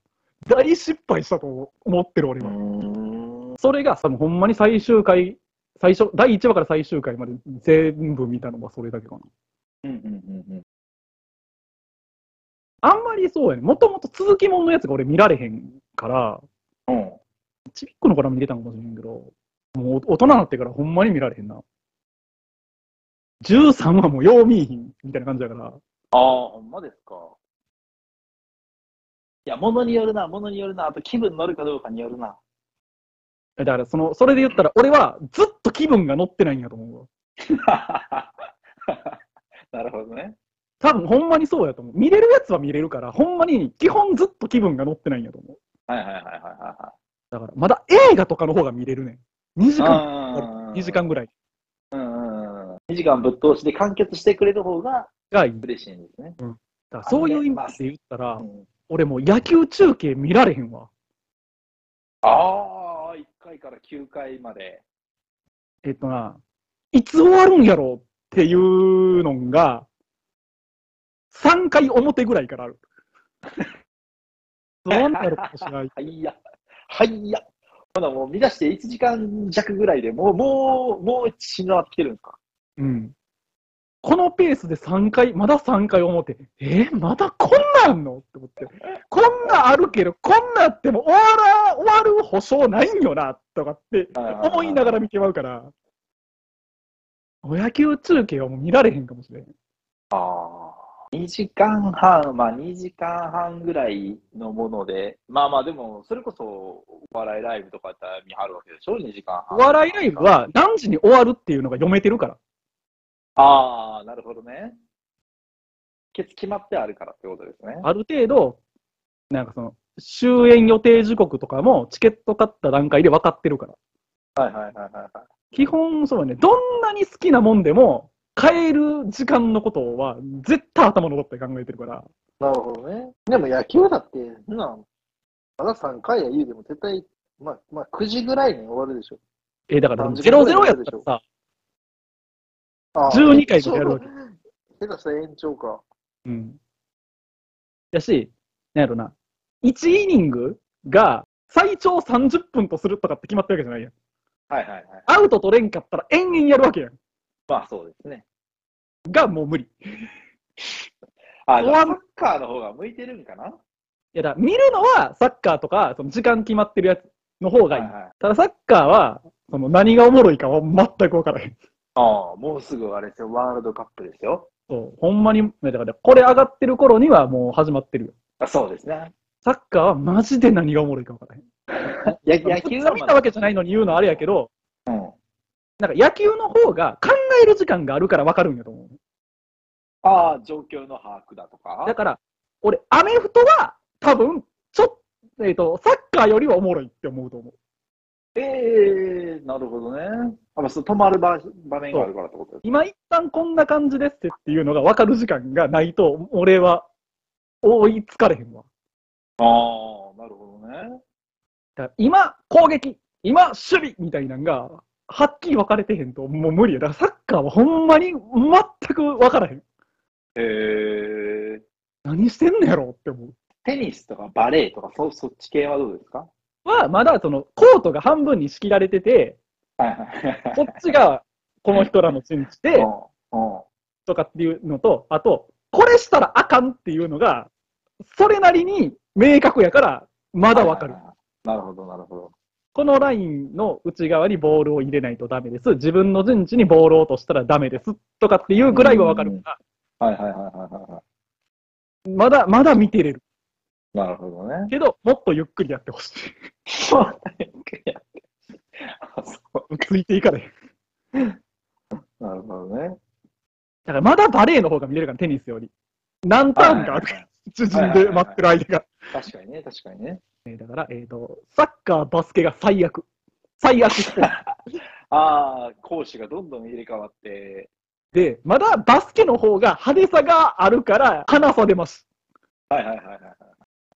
[SPEAKER 2] 大失敗したと思う思ってる、俺
[SPEAKER 1] う
[SPEAKER 2] は。
[SPEAKER 1] ん。
[SPEAKER 2] それが、多分ほんまに最終回、最初、第1話から最終回まで全部見たのはそれだけかな。
[SPEAKER 1] うんうんうんうん。
[SPEAKER 2] あんまりそうやね。もともと続きもんのやつが俺見られへんから、
[SPEAKER 1] うん。
[SPEAKER 2] ちびっこの頃は見れたんかもしれんけど、もう大人になってからほんまに見られへんな。13話もよう見いひんみたいな感じだから、
[SPEAKER 1] ああ、ほんまですか。いや、ものによるな、ものによるな。あと気分乗るかどうかによるな。
[SPEAKER 2] だからその、それで言ったら俺はずっと気分が乗ってないんやと思うわ。
[SPEAKER 1] なるほどね。
[SPEAKER 2] 多分ほんまにそうやと思う。見れるやつは見れるから、ほんまに基本ずっと気分が乗ってないんやと思う。
[SPEAKER 1] はいはいはいはいは
[SPEAKER 2] だからまだ映画とかの方が見れるねん。2時
[SPEAKER 1] い
[SPEAKER 2] 間、
[SPEAKER 1] はい。
[SPEAKER 2] 2時間ぐらい
[SPEAKER 1] うん。2時間ぶっ通しで完結してくれる方が
[SPEAKER 2] がいい。だ
[SPEAKER 1] 嬉しいんですね。
[SPEAKER 2] からそういう意味で言った
[SPEAKER 1] う
[SPEAKER 2] ら、
[SPEAKER 1] ん、
[SPEAKER 2] 俺もう野球中継見られへんわ。
[SPEAKER 1] ああ、1回から9回まで。
[SPEAKER 2] えっとな、いつ終わるんやろうっていうのが、3回表ぐらいから ある。どうなんだろうかしらない。
[SPEAKER 1] はいや、はいや。ほなもう見出して1時間弱ぐらいでもう、もう、もう死ぬなってきてるんですか。
[SPEAKER 2] うん。このペースで3回、まだ3回表。えーまだこんなんあんのって思って。こんなんあるけど、こんなんあっても終わら、終わる保証ないんよな、とかって思いながら見てまうから。お野球中継はもう見られへんかもしれん。
[SPEAKER 1] ああ、2時間半、まあ2時間半ぐらいのもので、まあまあでも、それこそお笑いライブとかやったら見張るわけでしょ、2時間
[SPEAKER 2] お
[SPEAKER 1] 半。
[SPEAKER 2] 笑いライブは何時に終わるっていうのが読めてるから。
[SPEAKER 1] ああ、なるほどね。ケツ決まってあるからってことですね。
[SPEAKER 2] ある程度、なんかその、終演予定時刻とかもチケット買った段階で分かってるから。
[SPEAKER 1] はいはいはいはいはい。
[SPEAKER 2] 基本、そうね、どんなに好きなもんでも、変える時間のことは、絶対頭残って考えてるから。
[SPEAKER 1] なるほどね。でも野球だって、そんなん、まだ3回や言うでも絶対、まあ、まあ9時ぐらいに終わるでしょ。
[SPEAKER 2] えーだから、
[SPEAKER 1] 30
[SPEAKER 2] 0-0やったらさ、
[SPEAKER 1] あー
[SPEAKER 2] 12回とかやるわけ。
[SPEAKER 1] 下手したら延長か。
[SPEAKER 2] うん。やし、なんやろな、1イニングが最長30分とするとかって決まってるわけじゃないやん。
[SPEAKER 1] はいはいはい。
[SPEAKER 2] アウト取れんかったら延々やるわけやん。
[SPEAKER 1] まあそうですね。
[SPEAKER 2] が、もう無理。
[SPEAKER 1] あ、じゃ
[SPEAKER 2] 終わる
[SPEAKER 1] あサッカーの方が向いてるんかない
[SPEAKER 2] やだから見るのはサッカーとか、その時間決まってるやつの方がいい。
[SPEAKER 1] はいはい
[SPEAKER 2] ただサッカーは、その何がおもろいかは全く分からへん。
[SPEAKER 1] ああ、もうすぐあれですよ、ワールドカップですよ。
[SPEAKER 2] そう、ほんまに、だからこれ上がってる頃にはもう始まってるよ。
[SPEAKER 1] あそうですね。
[SPEAKER 2] サッカーはマジで何がおもろいか分からへん。
[SPEAKER 1] や野
[SPEAKER 2] 野
[SPEAKER 1] 球
[SPEAKER 2] 球
[SPEAKER 1] は
[SPEAKER 2] は
[SPEAKER 1] ま
[SPEAKER 2] 見
[SPEAKER 1] だ
[SPEAKER 2] たわけじゃないのに言うのはあれやけど、
[SPEAKER 1] うん、
[SPEAKER 2] なんか野球の方が考える時間があるから分かるんやと思う。
[SPEAKER 1] ああ、状況の把握だとか。
[SPEAKER 2] だから、俺、アメフトは多分、ちょっと、えっ、と、サッカーよりはおもろいって思うと思う。
[SPEAKER 1] ええなるほどね。あまあ、そう止まる場場面があるからってことです。
[SPEAKER 2] 今一旦こんな感じですっていうのが分かる時間がないと、俺は追いつかれへんわ。
[SPEAKER 1] ああ、なるほどね。
[SPEAKER 2] だから今、攻撃、今、守備みたいなんが、はっきり分かれてへんと、もう無理や。だからサッカーはほんまに全く分からへん。
[SPEAKER 1] へえ
[SPEAKER 2] 何してんのやろって思う。
[SPEAKER 1] テニスとかバレーとかそ、そっち系はどうですか
[SPEAKER 2] は、まだその、コートが半分に仕切られてて、
[SPEAKER 1] はいはい
[SPEAKER 2] こっちがこの人らの陣地で、
[SPEAKER 1] う
[SPEAKER 2] とかっていうのと、あと、これしたらあかんっていうのが、それなりに明確やから、まだ
[SPEAKER 1] ん。
[SPEAKER 2] 分かる。。
[SPEAKER 1] なるほど、なるほど。
[SPEAKER 2] このラインの内側にボールを入れないとダメです。自分の陣地にボールを落としたらダメです。とかっていうぐらいはわかるか
[SPEAKER 1] はいはいはいはいはいは
[SPEAKER 2] ら、まだ、まだ見てれる。
[SPEAKER 1] い。なるほどね。
[SPEAKER 2] けど、もっとゆっくりやってほしい。
[SPEAKER 1] あそ
[SPEAKER 2] ついていかれへん。
[SPEAKER 1] うなるほどね。
[SPEAKER 2] だからまだバレーの方が見れるから、テニスより。何ターンかあるから。自陣で待ってる相手が。
[SPEAKER 1] 確かにね、確かにね。
[SPEAKER 2] えーだから、えっ、と、サッカー、バスケが最悪。最悪スポーツ
[SPEAKER 1] ああ、講師がどんどん入れ替わって、
[SPEAKER 2] で、まだバスケの方が派手さがあるから、離されます。
[SPEAKER 1] はいはいはいはいはい。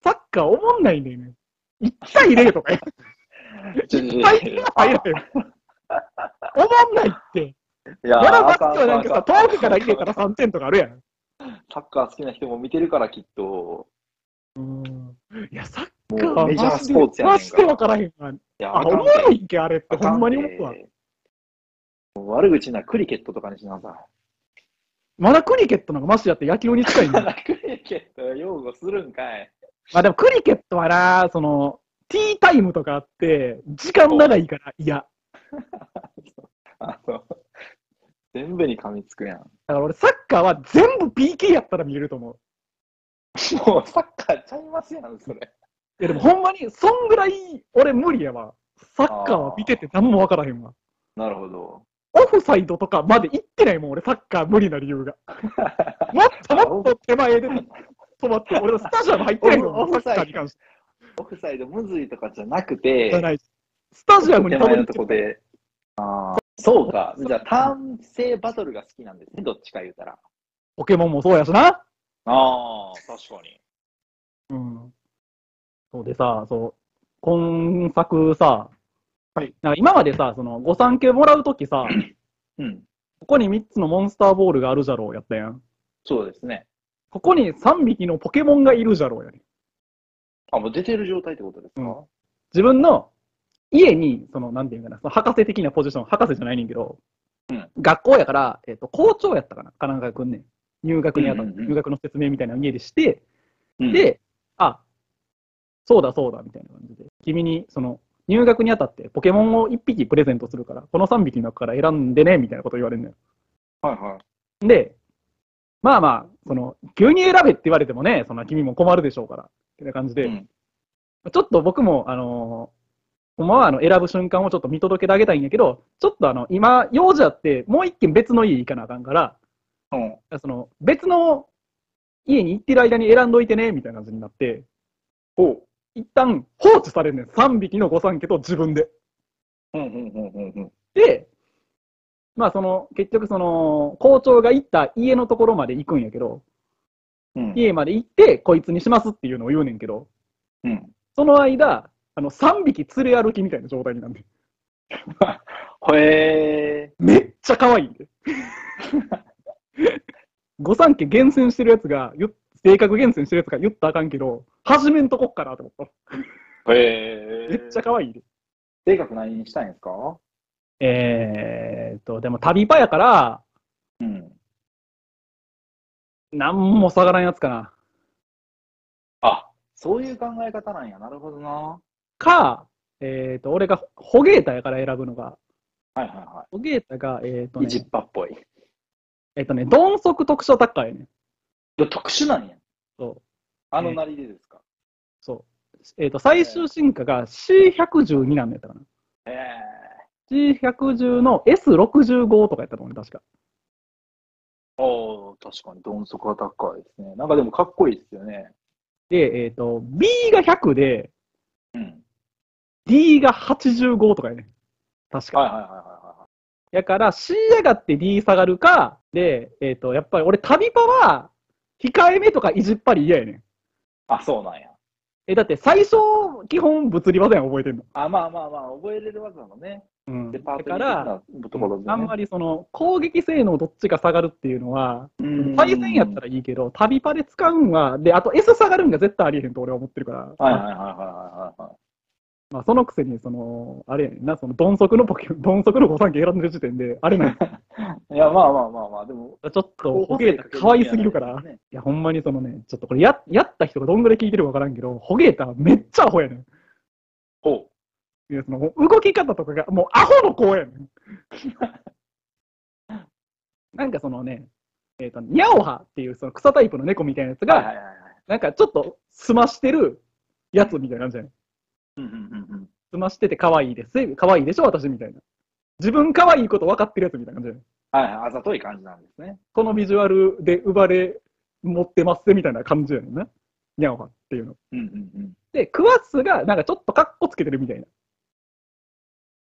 [SPEAKER 2] サッカーおもんないんだよね。1対0とかや。
[SPEAKER 1] ちょちょちょ
[SPEAKER 2] 最悪入れよ。おもんないって。
[SPEAKER 1] いや
[SPEAKER 2] ま
[SPEAKER 1] ー
[SPEAKER 2] だバ
[SPEAKER 1] あか
[SPEAKER 2] スケはなんかさ、
[SPEAKER 1] あああ
[SPEAKER 2] 遠くから入れたら3点とかあるやん。
[SPEAKER 1] サッカー好きな人も見てるから、きっと。
[SPEAKER 2] いや、サッ
[SPEAKER 1] も
[SPEAKER 2] カーは
[SPEAKER 1] うメジャー
[SPEAKER 2] マ
[SPEAKER 1] ス
[SPEAKER 2] ジ
[SPEAKER 1] ポ
[SPEAKER 2] で
[SPEAKER 1] ーツやねん
[SPEAKER 2] マ
[SPEAKER 1] か
[SPEAKER 2] ジ
[SPEAKER 1] ら。
[SPEAKER 2] で分からへんわ。
[SPEAKER 1] いや、
[SPEAKER 2] あ、
[SPEAKER 1] あ
[SPEAKER 2] お
[SPEAKER 1] かん
[SPEAKER 2] も
[SPEAKER 1] て
[SPEAKER 2] ろいんけ、あれって、
[SPEAKER 1] あかんて
[SPEAKER 2] ほんまに思うわ。
[SPEAKER 1] もう悪口なクリケットとかにしなさい。
[SPEAKER 2] まだクリケットの方がマシやって野球に近いんだよ。
[SPEAKER 1] クリケット擁護するんかい。
[SPEAKER 2] まあでもクリケットはな、その、ティータイムとかあって、時間長いから嫌。
[SPEAKER 1] あの、全部に噛みつくやん。
[SPEAKER 2] だから俺、サッカーは全部 PK やったら見えると思う。
[SPEAKER 1] もうサッカーちゃいますやん、それ。
[SPEAKER 2] いやでもほんまに、そんぐらい俺無理やわ。サッカーは見てて何もわからへんわ。
[SPEAKER 1] なるほど。
[SPEAKER 2] オフサイドとかまで行ってないもん、俺、サッカー無理な理由が。もっともっと手前で止まって、俺、スタジアム入ってないも
[SPEAKER 1] オ
[SPEAKER 2] ん、
[SPEAKER 1] フ
[SPEAKER 2] サッカーに関して
[SPEAKER 1] オフサイドむずいとかじゃなく
[SPEAKER 2] じゃな
[SPEAKER 1] て、
[SPEAKER 2] いし。スタジアムに
[SPEAKER 1] 手
[SPEAKER 2] た
[SPEAKER 1] 前の
[SPEAKER 2] どり
[SPEAKER 1] と
[SPEAKER 2] 着
[SPEAKER 1] こ
[SPEAKER 2] いて、
[SPEAKER 1] で。ああ、そうか。じゃあ、単性バトルが好きなんですね、どっちか言うたら。
[SPEAKER 2] ポケモンもそうやしな。
[SPEAKER 1] ああ、確かに。
[SPEAKER 2] うん。そうでさ、そう、今作さ、
[SPEAKER 3] はい、
[SPEAKER 2] なんか今までさ、その御三家もらうときさ、
[SPEAKER 1] うん、
[SPEAKER 2] ここに3つのモンスターボールがあるじゃろうやったやん。
[SPEAKER 1] そうですね。
[SPEAKER 2] ここに3匹のポケモンがいるじゃろうやねん。
[SPEAKER 1] あ、もう出てる状態ってことですか、
[SPEAKER 2] うん自分の家に、その、なんていうんかな、その博士的なポジション、博士じゃないねんけど、
[SPEAKER 1] うん
[SPEAKER 2] 学校やから、えっ、と、校長やったかな、かなんか来んねん。入学にあたって、
[SPEAKER 1] うんうんうん
[SPEAKER 2] 入学の説明みたいなのを家でして、
[SPEAKER 1] うん、
[SPEAKER 2] で、あ、そうだそうだ、みたいな感じで、君に、その、入学にあたって、ポケモンを1匹プレゼントするから、この3匹の中から選んでね、みたいなこと言われるのよ。
[SPEAKER 1] はいはい。
[SPEAKER 2] で、まあまあ、その、急に選べって言われてもね、そんな君も困るでしょうから、みたいな感じで、
[SPEAKER 1] うん
[SPEAKER 2] ちょっと僕も、あのーほんまはあの選ぶ瞬間をちょっと見届けてあげたいんやけど、ちょっとあの、今、用事あって、もう一軒別の家行かなあかんから、
[SPEAKER 1] うん、
[SPEAKER 2] その、別の家に行ってる間に選んどいてね、みたいな感じになって、
[SPEAKER 1] ほう。
[SPEAKER 2] 一旦放置されるねん。3匹の御三家と自分で。
[SPEAKER 1] うんうんうんうんうん。
[SPEAKER 2] で、まあその、結局その、校長が行った家のところまで行くんやけど、
[SPEAKER 1] うん
[SPEAKER 2] 家まで行って、こいつにしますっていうのを言うねんけど、
[SPEAKER 1] うん、
[SPEAKER 2] その間、あの、3匹連れ歩きみたいな状態になるねん
[SPEAKER 1] ほえ
[SPEAKER 2] めっちゃ可愛いで。 御三家厳選してるやつが、言っ性格厳選してるやつが言ったらあかんけど、始めんとこっかなと思っ
[SPEAKER 1] ー。へ
[SPEAKER 2] た。めっちゃ可愛いで。
[SPEAKER 1] 性格何にしたいんですか
[SPEAKER 2] えーっと、でも旅パやから、
[SPEAKER 1] うん。
[SPEAKER 2] なんも下がらんやつかな。
[SPEAKER 1] あ、そういう考え方なんや。なるほどな。は
[SPEAKER 2] か、えっ、と、俺がホゲータやから選ぶのが、
[SPEAKER 1] いはいは
[SPEAKER 2] ホゲータが、えっ、と
[SPEAKER 1] い。イジ
[SPEAKER 2] ね
[SPEAKER 1] ッ、パっぽい。
[SPEAKER 2] えっ、とね、鈍足特殊アタッカーやねん。
[SPEAKER 1] いや特殊なんや。
[SPEAKER 2] そう。
[SPEAKER 1] あのなりでですか。
[SPEAKER 2] そう。えっ、と、最終進化が C112 なんだったかな。
[SPEAKER 1] へえ
[SPEAKER 2] C110 の S65 とかやったと思うね、確か。
[SPEAKER 1] ー。おー、確かに、鈍足アタッカーですね。なんかでもかっこいいですよね。
[SPEAKER 2] で、えっ、と、B が100で、
[SPEAKER 1] うん。
[SPEAKER 2] D が85とかやね。確か。
[SPEAKER 1] はいはいはいはいは
[SPEAKER 2] やから C 上がって D 下がるか、で、えっ、と、やっぱり俺旅パは、控えめとかいじっぱり嫌やねん。
[SPEAKER 1] い。あ、そうなんや。
[SPEAKER 2] え、だって最初、基本物理技やん、覚えてんの。
[SPEAKER 1] あ、まあまあまあ、覚えれる技なのね。
[SPEAKER 2] うん、
[SPEAKER 1] で、
[SPEAKER 2] だ
[SPEAKER 1] パートリ
[SPEAKER 2] か
[SPEAKER 1] ー
[SPEAKER 2] ら、
[SPEAKER 1] 的なところで、ね。
[SPEAKER 2] あんまりその攻撃性能どっちが下がるっていうのは、
[SPEAKER 1] うん
[SPEAKER 2] 対戦やったらいいけど、旅パで使うんは、で、あと S 下がるんが絶対ありえへんと俺は思ってるから、
[SPEAKER 1] はいはいはいはいはいはい。
[SPEAKER 2] まあ、そのくせに、その、あれやねんな、その、鈍足のポケ、 鈍足の御三家選んでる時点で、あれ なんや
[SPEAKER 1] いや、まあまあまあまあ、でも、
[SPEAKER 2] ちょっと、ホゲータ可愛すぎるから、い
[SPEAKER 1] ね
[SPEAKER 2] や、ほんまにそのね、ちょっとこれや、やった人がどんぐらい聞いてるかわからんけど、ホゲータめっちゃアホやねん。
[SPEAKER 1] ほ
[SPEAKER 2] いや、その、もう動き方とかが、もうアホの子やね ん。なんかそのね、えっ、と、ニャオハっていうその草タイプの猫みたいなやつ
[SPEAKER 1] う。はいは
[SPEAKER 2] が、
[SPEAKER 1] いはいはい。
[SPEAKER 2] なんかちょっとすましてるやつみたいな感じやねん。
[SPEAKER 1] うんうんうんうん。
[SPEAKER 2] すましてて可愛いです。可愛いでしょ、私みたいな。自分可愛いこと分かってるやつみたいな感じやねん。
[SPEAKER 1] はいはい、あざとい感じなんですね。
[SPEAKER 2] このビジュアルで生まれ持ってますみたいな感じやねんな。ニャオハっていうの。
[SPEAKER 1] うんうんうん。
[SPEAKER 2] で、クワッスがなんかちょっとカッコつけてるみたいな。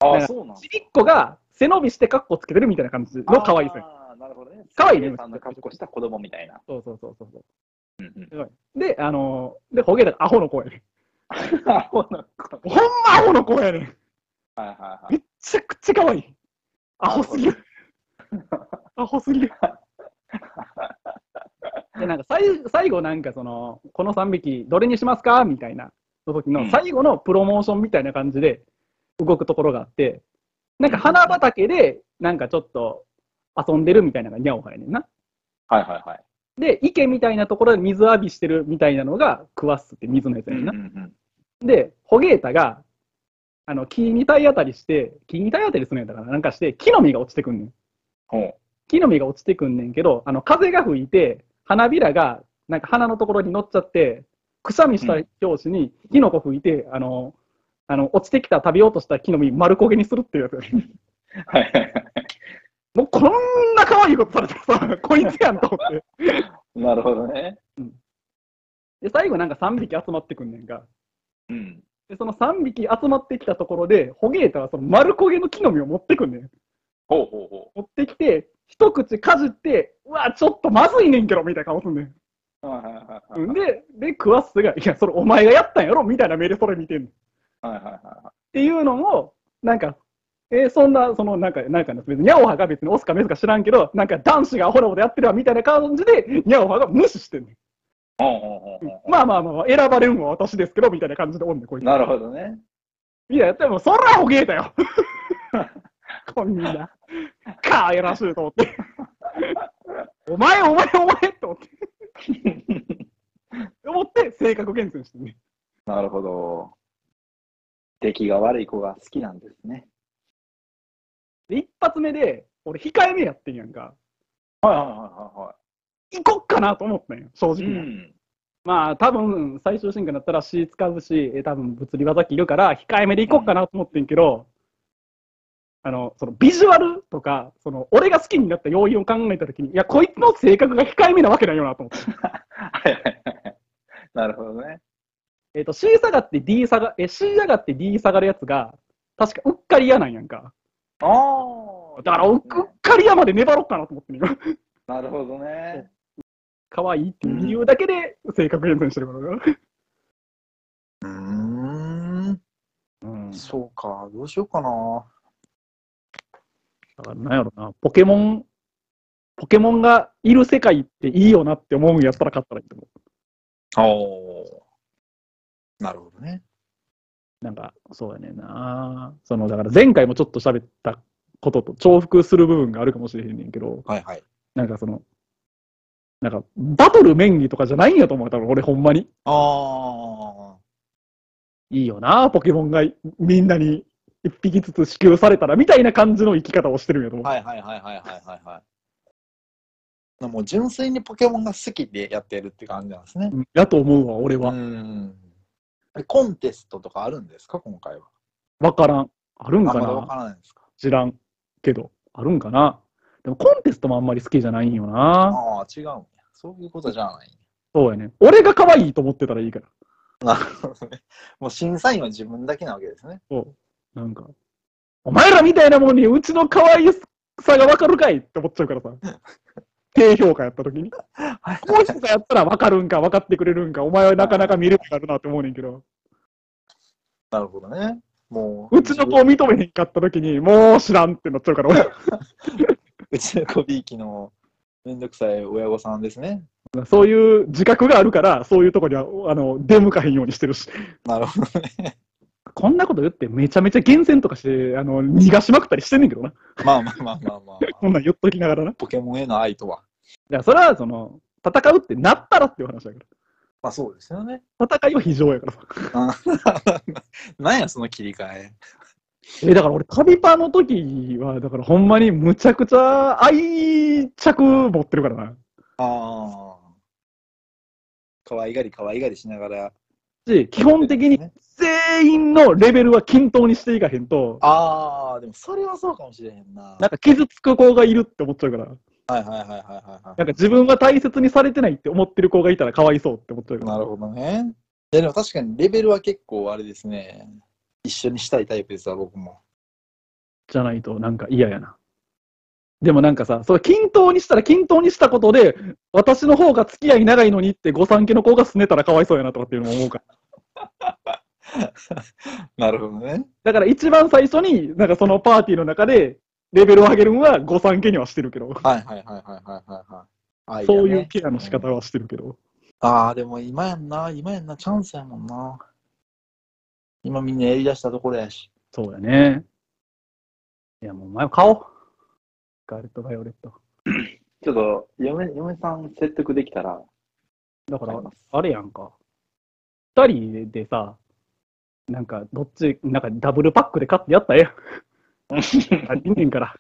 [SPEAKER 1] あ
[SPEAKER 2] だから
[SPEAKER 1] あ、そうなん
[SPEAKER 2] ちびっこが背伸びしてカッコつけてるみたいな感じの可愛さ。
[SPEAKER 1] ああ、なるほどね。
[SPEAKER 2] 可愛いね
[SPEAKER 1] ね。さんの格好した子供みたいな。
[SPEAKER 2] そうそうそうそうそう。
[SPEAKER 1] うんうん。
[SPEAKER 2] で、あのーで、ホゲだからアホの子やねん。
[SPEAKER 1] アホな子。
[SPEAKER 2] ほんまアホの子やねん。め
[SPEAKER 1] はいはいはい。
[SPEAKER 2] ちゃくちゃ可愛い。アホすぎ る。アホすぎる。 で、なんか最最後なんかその、この3匹どれにしますかみたいなの時
[SPEAKER 1] う
[SPEAKER 2] の
[SPEAKER 1] ん
[SPEAKER 2] 最後のプロモーションみたいな感じで動くところがあって、なんか花畑でなんかちょっと遊んでるみたいなのがニャオハやねんな。
[SPEAKER 1] はいはいはい。
[SPEAKER 2] で、池みたいなところで水浴びしてるみたいなのがクワッスって水のやつ
[SPEAKER 1] う
[SPEAKER 2] やねん
[SPEAKER 1] ん
[SPEAKER 2] な
[SPEAKER 1] う。ん
[SPEAKER 2] で、ホゲータが、あの、木に体当たりして、木に体当たりするんやったかななんかして、木の実が落ちてくんねん。
[SPEAKER 1] ほう。
[SPEAKER 2] 木の実が落ちてくんねんけど、あの、風が吹いて、花びらが、なんか花のところに乗っちゃって、くしゃみした拍子に、火の粉吹いて、あの、あの、落ちてきた食べようとした木の実丸焦げにするっていうやつやねん。
[SPEAKER 1] はいはいはい。
[SPEAKER 2] もうこんな可愛いことされてさ、こいつやんと思って。
[SPEAKER 1] なるほどね。
[SPEAKER 2] で、最後なんか3匹集まってくんねんが。
[SPEAKER 1] うん。
[SPEAKER 2] で、その3匹集まってきたところで、ホゲータはその丸焦げの木の実を持ってくんねん。
[SPEAKER 1] ほうほうほ
[SPEAKER 2] 持ってきて、一口かじって、うわ、ちょっとまずいねんけど、みたいな顔すんねん。
[SPEAKER 1] う。はいはいは
[SPEAKER 2] う
[SPEAKER 1] い
[SPEAKER 2] んで、で、クワッスが、いや、それお前がやったんやろみたいな目でそれ見てんの。っ
[SPEAKER 1] はい。はいはいは
[SPEAKER 2] ていうのも、なんか、えーそんな、その、なんか、なんかね、別に、ニャオハが別に押すかメスか知らんけど、なんか男子がアホなことやってるわ、みたいな感じで、ニャオハが無視してんの。
[SPEAKER 1] い。ほうほうほうほう。
[SPEAKER 2] まあまあまあまあ、選ばれるのは私ですけど、みたいな感じでおんねん、こいつ。
[SPEAKER 1] なるほどね。
[SPEAKER 2] いや、やったらもう、そらほげえだよ。 こんな、かわいらしいと思って。お前、お前、お前と思って。思って、性格厳選してね。
[SPEAKER 1] なるほど。出来が悪い子が好きなんですね。
[SPEAKER 2] で、一発目で、俺、控えめやってんやんか。
[SPEAKER 1] はいはいはいは
[SPEAKER 2] 行こっかなと思ったんよ、正直
[SPEAKER 1] う
[SPEAKER 2] な。
[SPEAKER 1] ん。
[SPEAKER 2] まあ、多分最終進化になったら C 使うし、え多分物理技切るから、控えめで行こうかなと思ってんけど、あの、そのビジュアルとか、その、俺が好きになった要因を考えたときに、いや、こいつの性格が控えめなわけないよなと思って。
[SPEAKER 1] はいはいはい。なるほどね。
[SPEAKER 2] えっと、C 下がって D 下が、え、C 上がって D 下がるやつが、確かうっかり嫌なんやんか。
[SPEAKER 1] ああ。
[SPEAKER 2] だから、うっうっかり嫌まで粘ろうかなと思ってんよ。
[SPEAKER 1] なるほどね。
[SPEAKER 2] 可愛いっていう理由だけで性格変遷してるからな。
[SPEAKER 3] うーん。
[SPEAKER 2] うん
[SPEAKER 3] そうか。どうしようかな。
[SPEAKER 2] だからなんやろな、ポケモン、ポケモンがいる世界っていいよなって思うんやったら勝ったらいいと思
[SPEAKER 3] おお。なるほどね。
[SPEAKER 2] う。なんか、そうやねんな。その、だから前回もちょっと喋ったことと重複する部分があるかもしれへんねんけど、
[SPEAKER 3] はいはい。
[SPEAKER 2] なんかその、なんか、バトル面議とかじゃないんやと思う、多分俺ほんまに。
[SPEAKER 3] あ
[SPEAKER 2] いいよな、ポケモンがみんなに一匹ずつ支給されたらみたいな感じの生き方をしてるんやと思う。
[SPEAKER 3] あ。はいはいはいはいはいはいはい。もう純粋にポケモンが好きでやってるって感じなんですね。
[SPEAKER 2] うんやと思うわ、俺は。
[SPEAKER 3] ん。えコンテストとかあるんですか今回は。
[SPEAKER 2] わからん。あるん
[SPEAKER 3] あま
[SPEAKER 2] か
[SPEAKER 3] だ
[SPEAKER 2] な
[SPEAKER 3] わからないですか。
[SPEAKER 2] 知らんけど、あるんかな。でもコンテストもあんまり好きじゃないんよな。
[SPEAKER 3] ああ、違うんや。そういうことじゃない。
[SPEAKER 2] そうやね。俺が可愛いと思ってたらいいから。
[SPEAKER 3] なるほどね。もう審査員は自分だけなわけですね。
[SPEAKER 2] そう。なんか、お前らみたいなもんにうちの可愛さがわかるかいって思っちゃうから さ。低評価やった時に。
[SPEAKER 3] はい
[SPEAKER 2] 高評価やったらわかるんか、分かってくれるんか、お前はなか なか見る目があるなって思うねんけど、
[SPEAKER 3] なるほどね。もう。
[SPEAKER 2] うちの子を認めへんかった時に、もう知らんってなっちゃうから、俺。
[SPEAKER 3] うちのコビーキのめんどくさい親御さんですね。
[SPEAKER 2] そういう自覚があるから、そういうとこには、あの、出向かへんようにしてるし。
[SPEAKER 3] なるほどね。
[SPEAKER 2] こんなこと言って、めちゃめちゃ厳選とかして、あの、逃がしまくったりしてんねんけどな。
[SPEAKER 3] まあまあまあまあまあ、
[SPEAKER 2] こんなん言っときながらな。だか
[SPEAKER 3] ポケモンへの愛とは。
[SPEAKER 2] らそれは、その、戦うってなったらっていう話だか
[SPEAKER 3] まあそうですよね。
[SPEAKER 2] ら。戦いは非常やからさ。
[SPEAKER 3] なんや、その切り替え。
[SPEAKER 2] え、だから俺、旅パの時は、だからほんまにむちゃくちゃ愛着持ってるからな。
[SPEAKER 3] ああ。可愛がり可愛がりしながら。
[SPEAKER 2] し、基本的に全員のレベルは均等にしていかへんと、
[SPEAKER 3] ああ、でもそれはそうかもしれへんな。
[SPEAKER 2] なんか傷つく子がいるって思っちゃうから。
[SPEAKER 1] はいはいはいはいはい
[SPEAKER 2] なんか自分は大切にされてないって思ってる子がいたらかわいそうって思っちゃう
[SPEAKER 1] なるほどね。いやでも確かにレベルは結構あれですね。一緒にしたいタイプですわ、僕も。
[SPEAKER 2] じゃないとなんか嫌やな。でもなんかさ、それ均等にしたら均等にしたことで、私の方が付き合い長いのにって御三家の子がすねたらかわいそうやなとかっていうのも思うから。
[SPEAKER 1] なるほどね。
[SPEAKER 2] だから一番最初に、なんかそのパーティーの中で、レベルを上げるんは御三家にはしてるけど、
[SPEAKER 1] はいはいはいはいはいはいはい。愛だね
[SPEAKER 2] そういうケアの仕方はしてるけど。
[SPEAKER 1] ああ、でも今やんな、今やんな、チャンスやもんな。今みんなやりだしたところやし。
[SPEAKER 2] そうやね。いや、もうお前を買おう。ガーレット・バイオレット。
[SPEAKER 4] ちょっと、嫁、嫁さん説得できたら、
[SPEAKER 2] だから
[SPEAKER 4] 買います、
[SPEAKER 2] あれやんか。二人でさ、なんか、どっち、なんかダブルパックで買ってやったらえ えやん。二人いんねんから。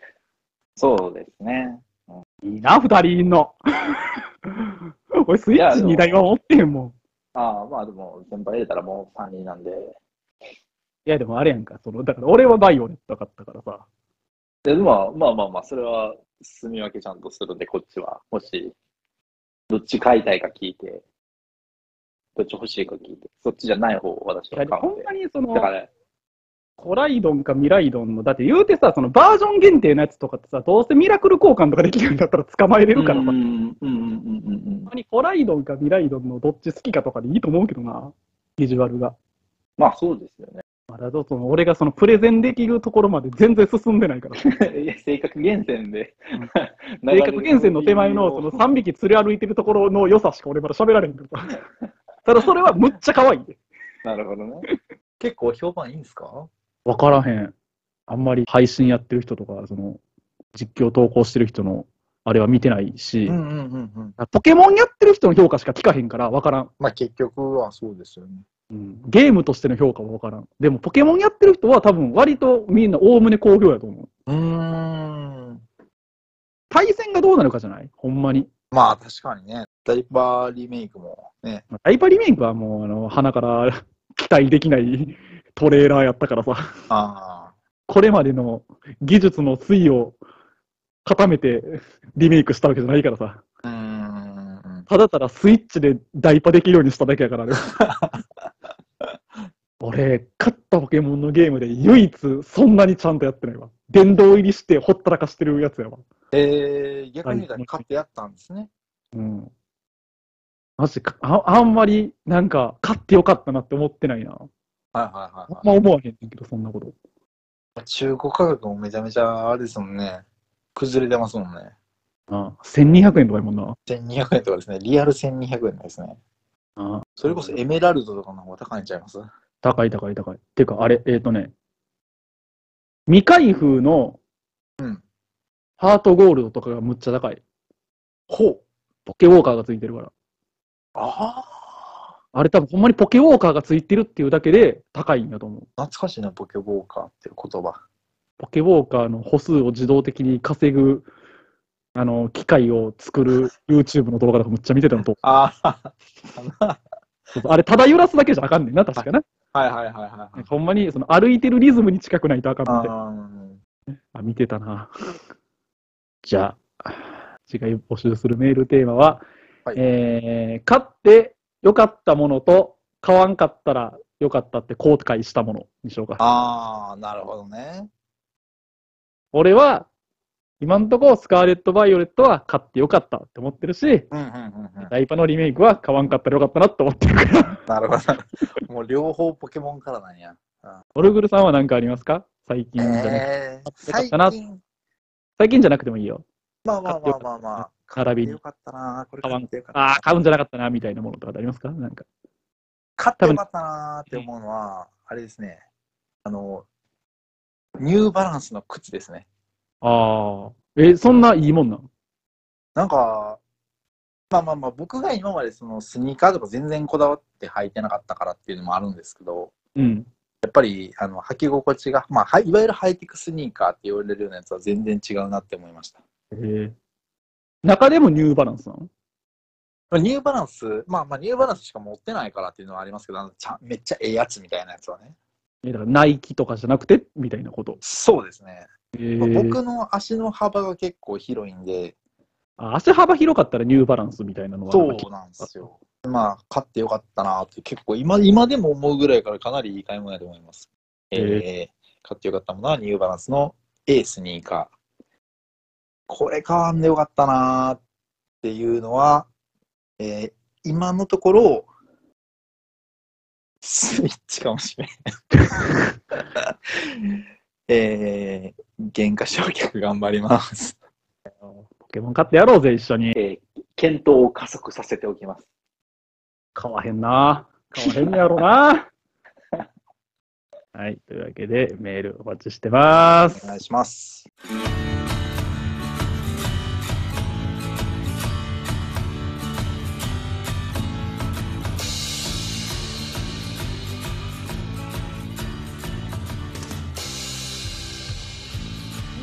[SPEAKER 4] そうですね。
[SPEAKER 2] いいな、二人いんの。 俺、スイッチ二台は持ってへんもん。
[SPEAKER 4] ああ、まあでも、先輩入れたらもう3人なんで。
[SPEAKER 2] いや、でもあれやんか。その、だから俺はバイオレット買ったからさ。
[SPEAKER 4] で、まあまあまあまあ、それは、住み分けちゃんとするんで、こっちは。もし、どっち買いたいか聞いて、どっち欲しいか聞いて、そっちじゃない方を私
[SPEAKER 2] い
[SPEAKER 4] は
[SPEAKER 2] や、で
[SPEAKER 4] 買
[SPEAKER 2] も
[SPEAKER 4] うん
[SPEAKER 2] ほん
[SPEAKER 4] で
[SPEAKER 2] ま。にその
[SPEAKER 4] だ、から、
[SPEAKER 2] コライドンかミライドンの、だって言うてさ、そのバージョン限定のやつとかってさ、どうせミラクル交換とかできるんだったら捕まえれるからさ。
[SPEAKER 4] うん
[SPEAKER 2] ほ
[SPEAKER 4] うんんうんうんうんうん。
[SPEAKER 2] まにコライドンかミライドンのどっち好きかとかでいいと思うけどな、ビジュアルが。
[SPEAKER 4] まあそうですよね。
[SPEAKER 2] まだどうぞ俺がそのプレゼンできるところまで全然進んでないから、性
[SPEAKER 4] いや性格厳選で、
[SPEAKER 2] 格厳選の手前の その3匹連れ歩いてるところの良さしか俺まだ喋られへんけ どただそれはむっちゃ可愛い。
[SPEAKER 4] なるほどね。
[SPEAKER 1] 結構評判いいんですか
[SPEAKER 2] わからへん。あんまり配信やってる人とか、その実況投稿してる人のあれは見てないし、
[SPEAKER 1] うんうんうんうん。
[SPEAKER 2] ポケモンやってる人の評価しか聞かへんからわからん,、
[SPEAKER 1] まあ結局はそうですよね。
[SPEAKER 2] うん。ゲームとしての評価はわからん。でもポケモンやってる人は多分割とみんな概ね好評やと思う。
[SPEAKER 1] うーん。
[SPEAKER 2] 対戦がどうなるかじゃないほんまに。
[SPEAKER 1] まあ確かにね。ダイバーリメイクもね。
[SPEAKER 2] まあダイパリメイクはもう、あの、鼻から 期待できないトレーラーやったからさ、
[SPEAKER 1] ああ。
[SPEAKER 2] これまでの技術の推移を固めてリメイクしたわけじゃないからさ、
[SPEAKER 1] うーん。
[SPEAKER 2] ただただスイッチでダイパできるようにしただけやからね。俺、勝ったポケモンのゲームで唯一そんなにちゃんとやってないわ。殿堂入りしてほったらかしてるやつやわ。
[SPEAKER 1] えー、逆に言うたら勝ってやったんですね。
[SPEAKER 2] うん。マジか、ああんまりなんか勝ってよかったなって思ってないな。
[SPEAKER 1] はいはいはい、
[SPEAKER 2] あ
[SPEAKER 1] は
[SPEAKER 2] んま思わへんねんけど、そんなこと。
[SPEAKER 1] い。中古価格もめちゃめちゃあれですもんね。崩れてますもんね。
[SPEAKER 2] ああ1200円とかやもんな。
[SPEAKER 1] 1200円とかですね。リアル1200円ですね。
[SPEAKER 2] ああ
[SPEAKER 1] それこそエメラルドとかの方が高いんちゃいます
[SPEAKER 2] 高い高い高い。てか、あれ、えっ、とね、未開封の
[SPEAKER 1] うん。
[SPEAKER 2] ハートゴールドとかがむっちゃ高い。
[SPEAKER 1] ほう。
[SPEAKER 2] ポケウォーカーがついてるから。
[SPEAKER 1] ああ。
[SPEAKER 2] あれ多分ほんまにポケウォーカーがついてるっていうだけで高いんだと思う。
[SPEAKER 1] 懐かしいな、ポケウォーカーっていう言葉。
[SPEAKER 2] ポケウォーカーの歩数を自動的に稼ぐ、あの、機械を作る YouTube の動画とかむっちゃ見てたのと。
[SPEAKER 1] ああ。
[SPEAKER 2] そうそうあれ、ただ揺らすだけじゃあかんねんな、確かな。
[SPEAKER 1] はいはいはいはい。
[SPEAKER 2] ほんまに、その歩いてるリズムに近くないとあかんみたいな。
[SPEAKER 1] あ
[SPEAKER 2] あ、見てたな。じゃあ、次回募集するメールテーマは、
[SPEAKER 1] はい
[SPEAKER 2] えー、買って良かったものと、買わんかったら良かったって後悔したものにしようか。
[SPEAKER 1] あー、なるほどね。
[SPEAKER 2] 俺は、今んとこスカーレット・バイオレットは買って良かったって思ってるし、
[SPEAKER 1] うんうんうんうん。
[SPEAKER 2] ダイパのリメイクは買わんかったら良かったなって思ってる か
[SPEAKER 1] な
[SPEAKER 2] ら。
[SPEAKER 1] るほど。もう両方ポケモンからなんや。
[SPEAKER 2] オルグルさんは何かありますか最近じゃなくて、
[SPEAKER 1] えー、
[SPEAKER 2] 買って
[SPEAKER 1] 最
[SPEAKER 2] よかったな
[SPEAKER 1] 近、
[SPEAKER 2] 最近じゃなくてもいいよ。
[SPEAKER 1] まあまあまあまあまあ、
[SPEAKER 2] 並びに
[SPEAKER 1] よ。かったな、これ買ってよかった
[SPEAKER 2] あ
[SPEAKER 1] な
[SPEAKER 2] あ、。買うんじゃなかったな、みたいなものとかってありますかなんか。
[SPEAKER 1] 買ってよかったなーって思うのは、あれですね。あの、ニューバランスの靴ですね。
[SPEAKER 2] ああ。え、そんないいもんなん
[SPEAKER 1] なんか、まあまあまあ、僕が今までそのスニーカーとか全然こだわって履いてなかったからっていうのもあるんですけど、
[SPEAKER 2] うん。
[SPEAKER 1] やっぱりあの履き心地が、まあ、はいいわゆるハイテクスニーカーって言われるようなやつは全然違うなって思いました。
[SPEAKER 2] へえ中でもニューバランスなの
[SPEAKER 1] ニューバランス、まあまあ、ニューバランスしか持ってないからっていうのはありますけど、あのちゃんめっちゃええやつみたいなやつはね。
[SPEAKER 2] えだからナイキとかじゃなくてみたいなこと。
[SPEAKER 1] そうですね。
[SPEAKER 2] へえ
[SPEAKER 1] まあ僕の足の幅が結構広いんで、
[SPEAKER 2] あ足幅広かったらニューバランスみたいなのはなんか聞
[SPEAKER 1] そうなんですよ。まあ、買ってよかったなって、結構今、今でも思うぐらいからかなりいい買い物やと思います。えー買ってよかったものはニューバランスのエースニーカー。これ買わんでよかったなっていうのは、えー今のところ、スイッチかもしれん。 えー、減価償却頑張ります。
[SPEAKER 2] ポケモン買ってやろうぜ、一緒に。
[SPEAKER 5] えー検討を加速させておきます。
[SPEAKER 2] 買わへんな。買わへんやろな。 はい。というわけで、メールお待ちしてま
[SPEAKER 1] お
[SPEAKER 2] す
[SPEAKER 1] 願。いします。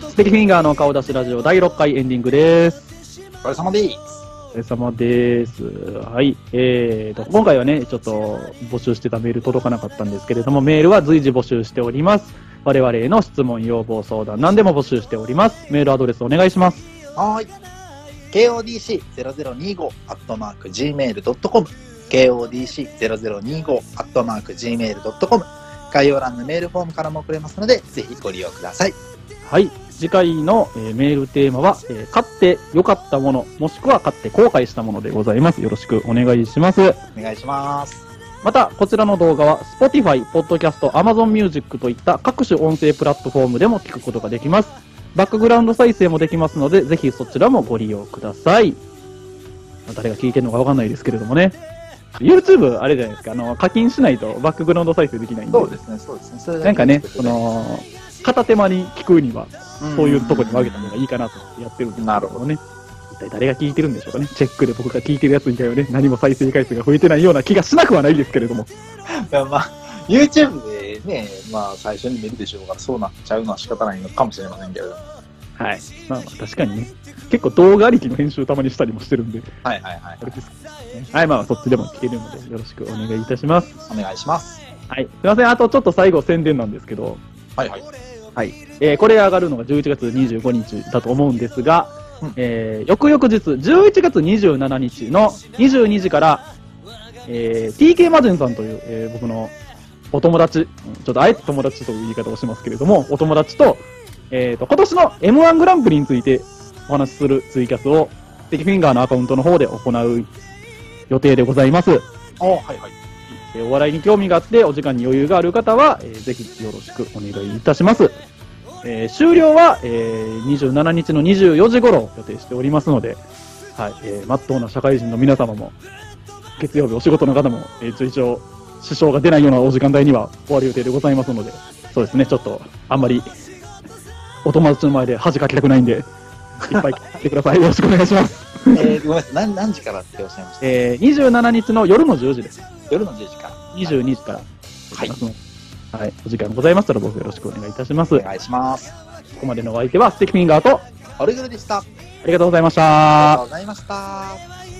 [SPEAKER 2] ステキフィンガーの顔出しラジオ第6回エンディングです。
[SPEAKER 1] お疲れ様です。
[SPEAKER 2] お疲れ様です。はい。えーと、今回はね、ちょっと募集してたメール届かなかったんですけれども、メールは随時募集しております。我々への質問、要望、相談、何でも募集しております。メールアドレスお願いします。
[SPEAKER 1] はーい。KODC0025 アットマーク Gmail.com KODC0025 アットマーク Gmail.com 概要欄のメールフォームからも送れますので、ぜひご利用ください。
[SPEAKER 2] はい。次回の、えーメールテーマは、えー買って良かったもの、もしくは買って後悔したものでございます。よろしくお願いします。
[SPEAKER 1] お願いします。
[SPEAKER 2] また、こちらの動画は Spotify、Podcast、Amazon Music といった各種音声プラットフォームでも聞くことができます。バックグラウンド再生もできますので、ぜひそちらもご利用ください。まあ誰が聞いてるのかわかんないですけれどもね。YouTube、あれじゃないですか、あの、課金しないとバックグラウンド再生できないんで。
[SPEAKER 1] そうですね、そうですね。それ
[SPEAKER 2] なんかね、そ
[SPEAKER 1] そ、
[SPEAKER 2] の、片手間に聞くには、そういうとこに分けた方がい
[SPEAKER 1] い。
[SPEAKER 2] いかなと思ってやってるんですけ
[SPEAKER 1] なる
[SPEAKER 2] ど
[SPEAKER 1] ほ
[SPEAKER 2] も
[SPEAKER 1] ど。
[SPEAKER 2] ね。一体誰が聞いてるんでしょうかね。チェックで僕が聞いてるやつ以外はね、何も再生回数が増えてないような気がしなくはないですけれども。
[SPEAKER 1] い やまあ、YouTube でね、まあ最初に見るでしょうから、そうなっちゃうのは仕方ないのかもしれませんけれども。
[SPEAKER 2] はい。まあまあ確かにね。結構動画ありきの編集たまにしたりもしてるんで、
[SPEAKER 1] はいはいはい
[SPEAKER 2] あ。れですけどね。はい、まあまあそっちでも聞けるので、よろしくお願いいたします。
[SPEAKER 1] お願いします。
[SPEAKER 2] はい。すいません。あとちょっと最後宣伝なんですけど、
[SPEAKER 1] はいはい。
[SPEAKER 2] えーこれ上がるのが11月25日だと思うんですが、
[SPEAKER 1] うん
[SPEAKER 2] えー翌々日、11月27日の22時から、えー TK マジンさんという、えー僕のお友達、うんちょっとあえて友達という言い方をしますけれども、お友達と、えーと、今年の M1 グランプリについてお話しするツイキャスを、テキフィンガーのアカウントの方で行う予定でございます。
[SPEAKER 1] おはいはい。
[SPEAKER 2] えーお笑いに興味があってお時間に余裕がある方は、えーぜひよろしくお願いいたします、えー終了は、えー27日の24時頃を予定しておりますのではい、えー、真っ当な社会人の皆様も月曜日お仕事の方も、えー、一応一応支障が出ないようなお時間帯には終わる予定でございますのでそうですねちょっとあんまりお友達の前で恥かきたくないんでいっぱい来てく ださいよろしくお願いします、
[SPEAKER 1] えー、ごめんなさい。何何時からっておっしゃいました
[SPEAKER 2] えー、27日の夜の10時です
[SPEAKER 1] 夜の10時から。
[SPEAKER 2] 22時から
[SPEAKER 1] はい。
[SPEAKER 2] はい、お時間ございましたらどうぞよろしくお願いいたします。
[SPEAKER 1] お
[SPEAKER 2] こ
[SPEAKER 1] 願いします。
[SPEAKER 2] こまでのお相手はステキフィンガーと、あ
[SPEAKER 1] オルグルでした。
[SPEAKER 2] りがとうございまし
[SPEAKER 1] ありが
[SPEAKER 2] た
[SPEAKER 1] と。うございました。
[SPEAKER 3] 「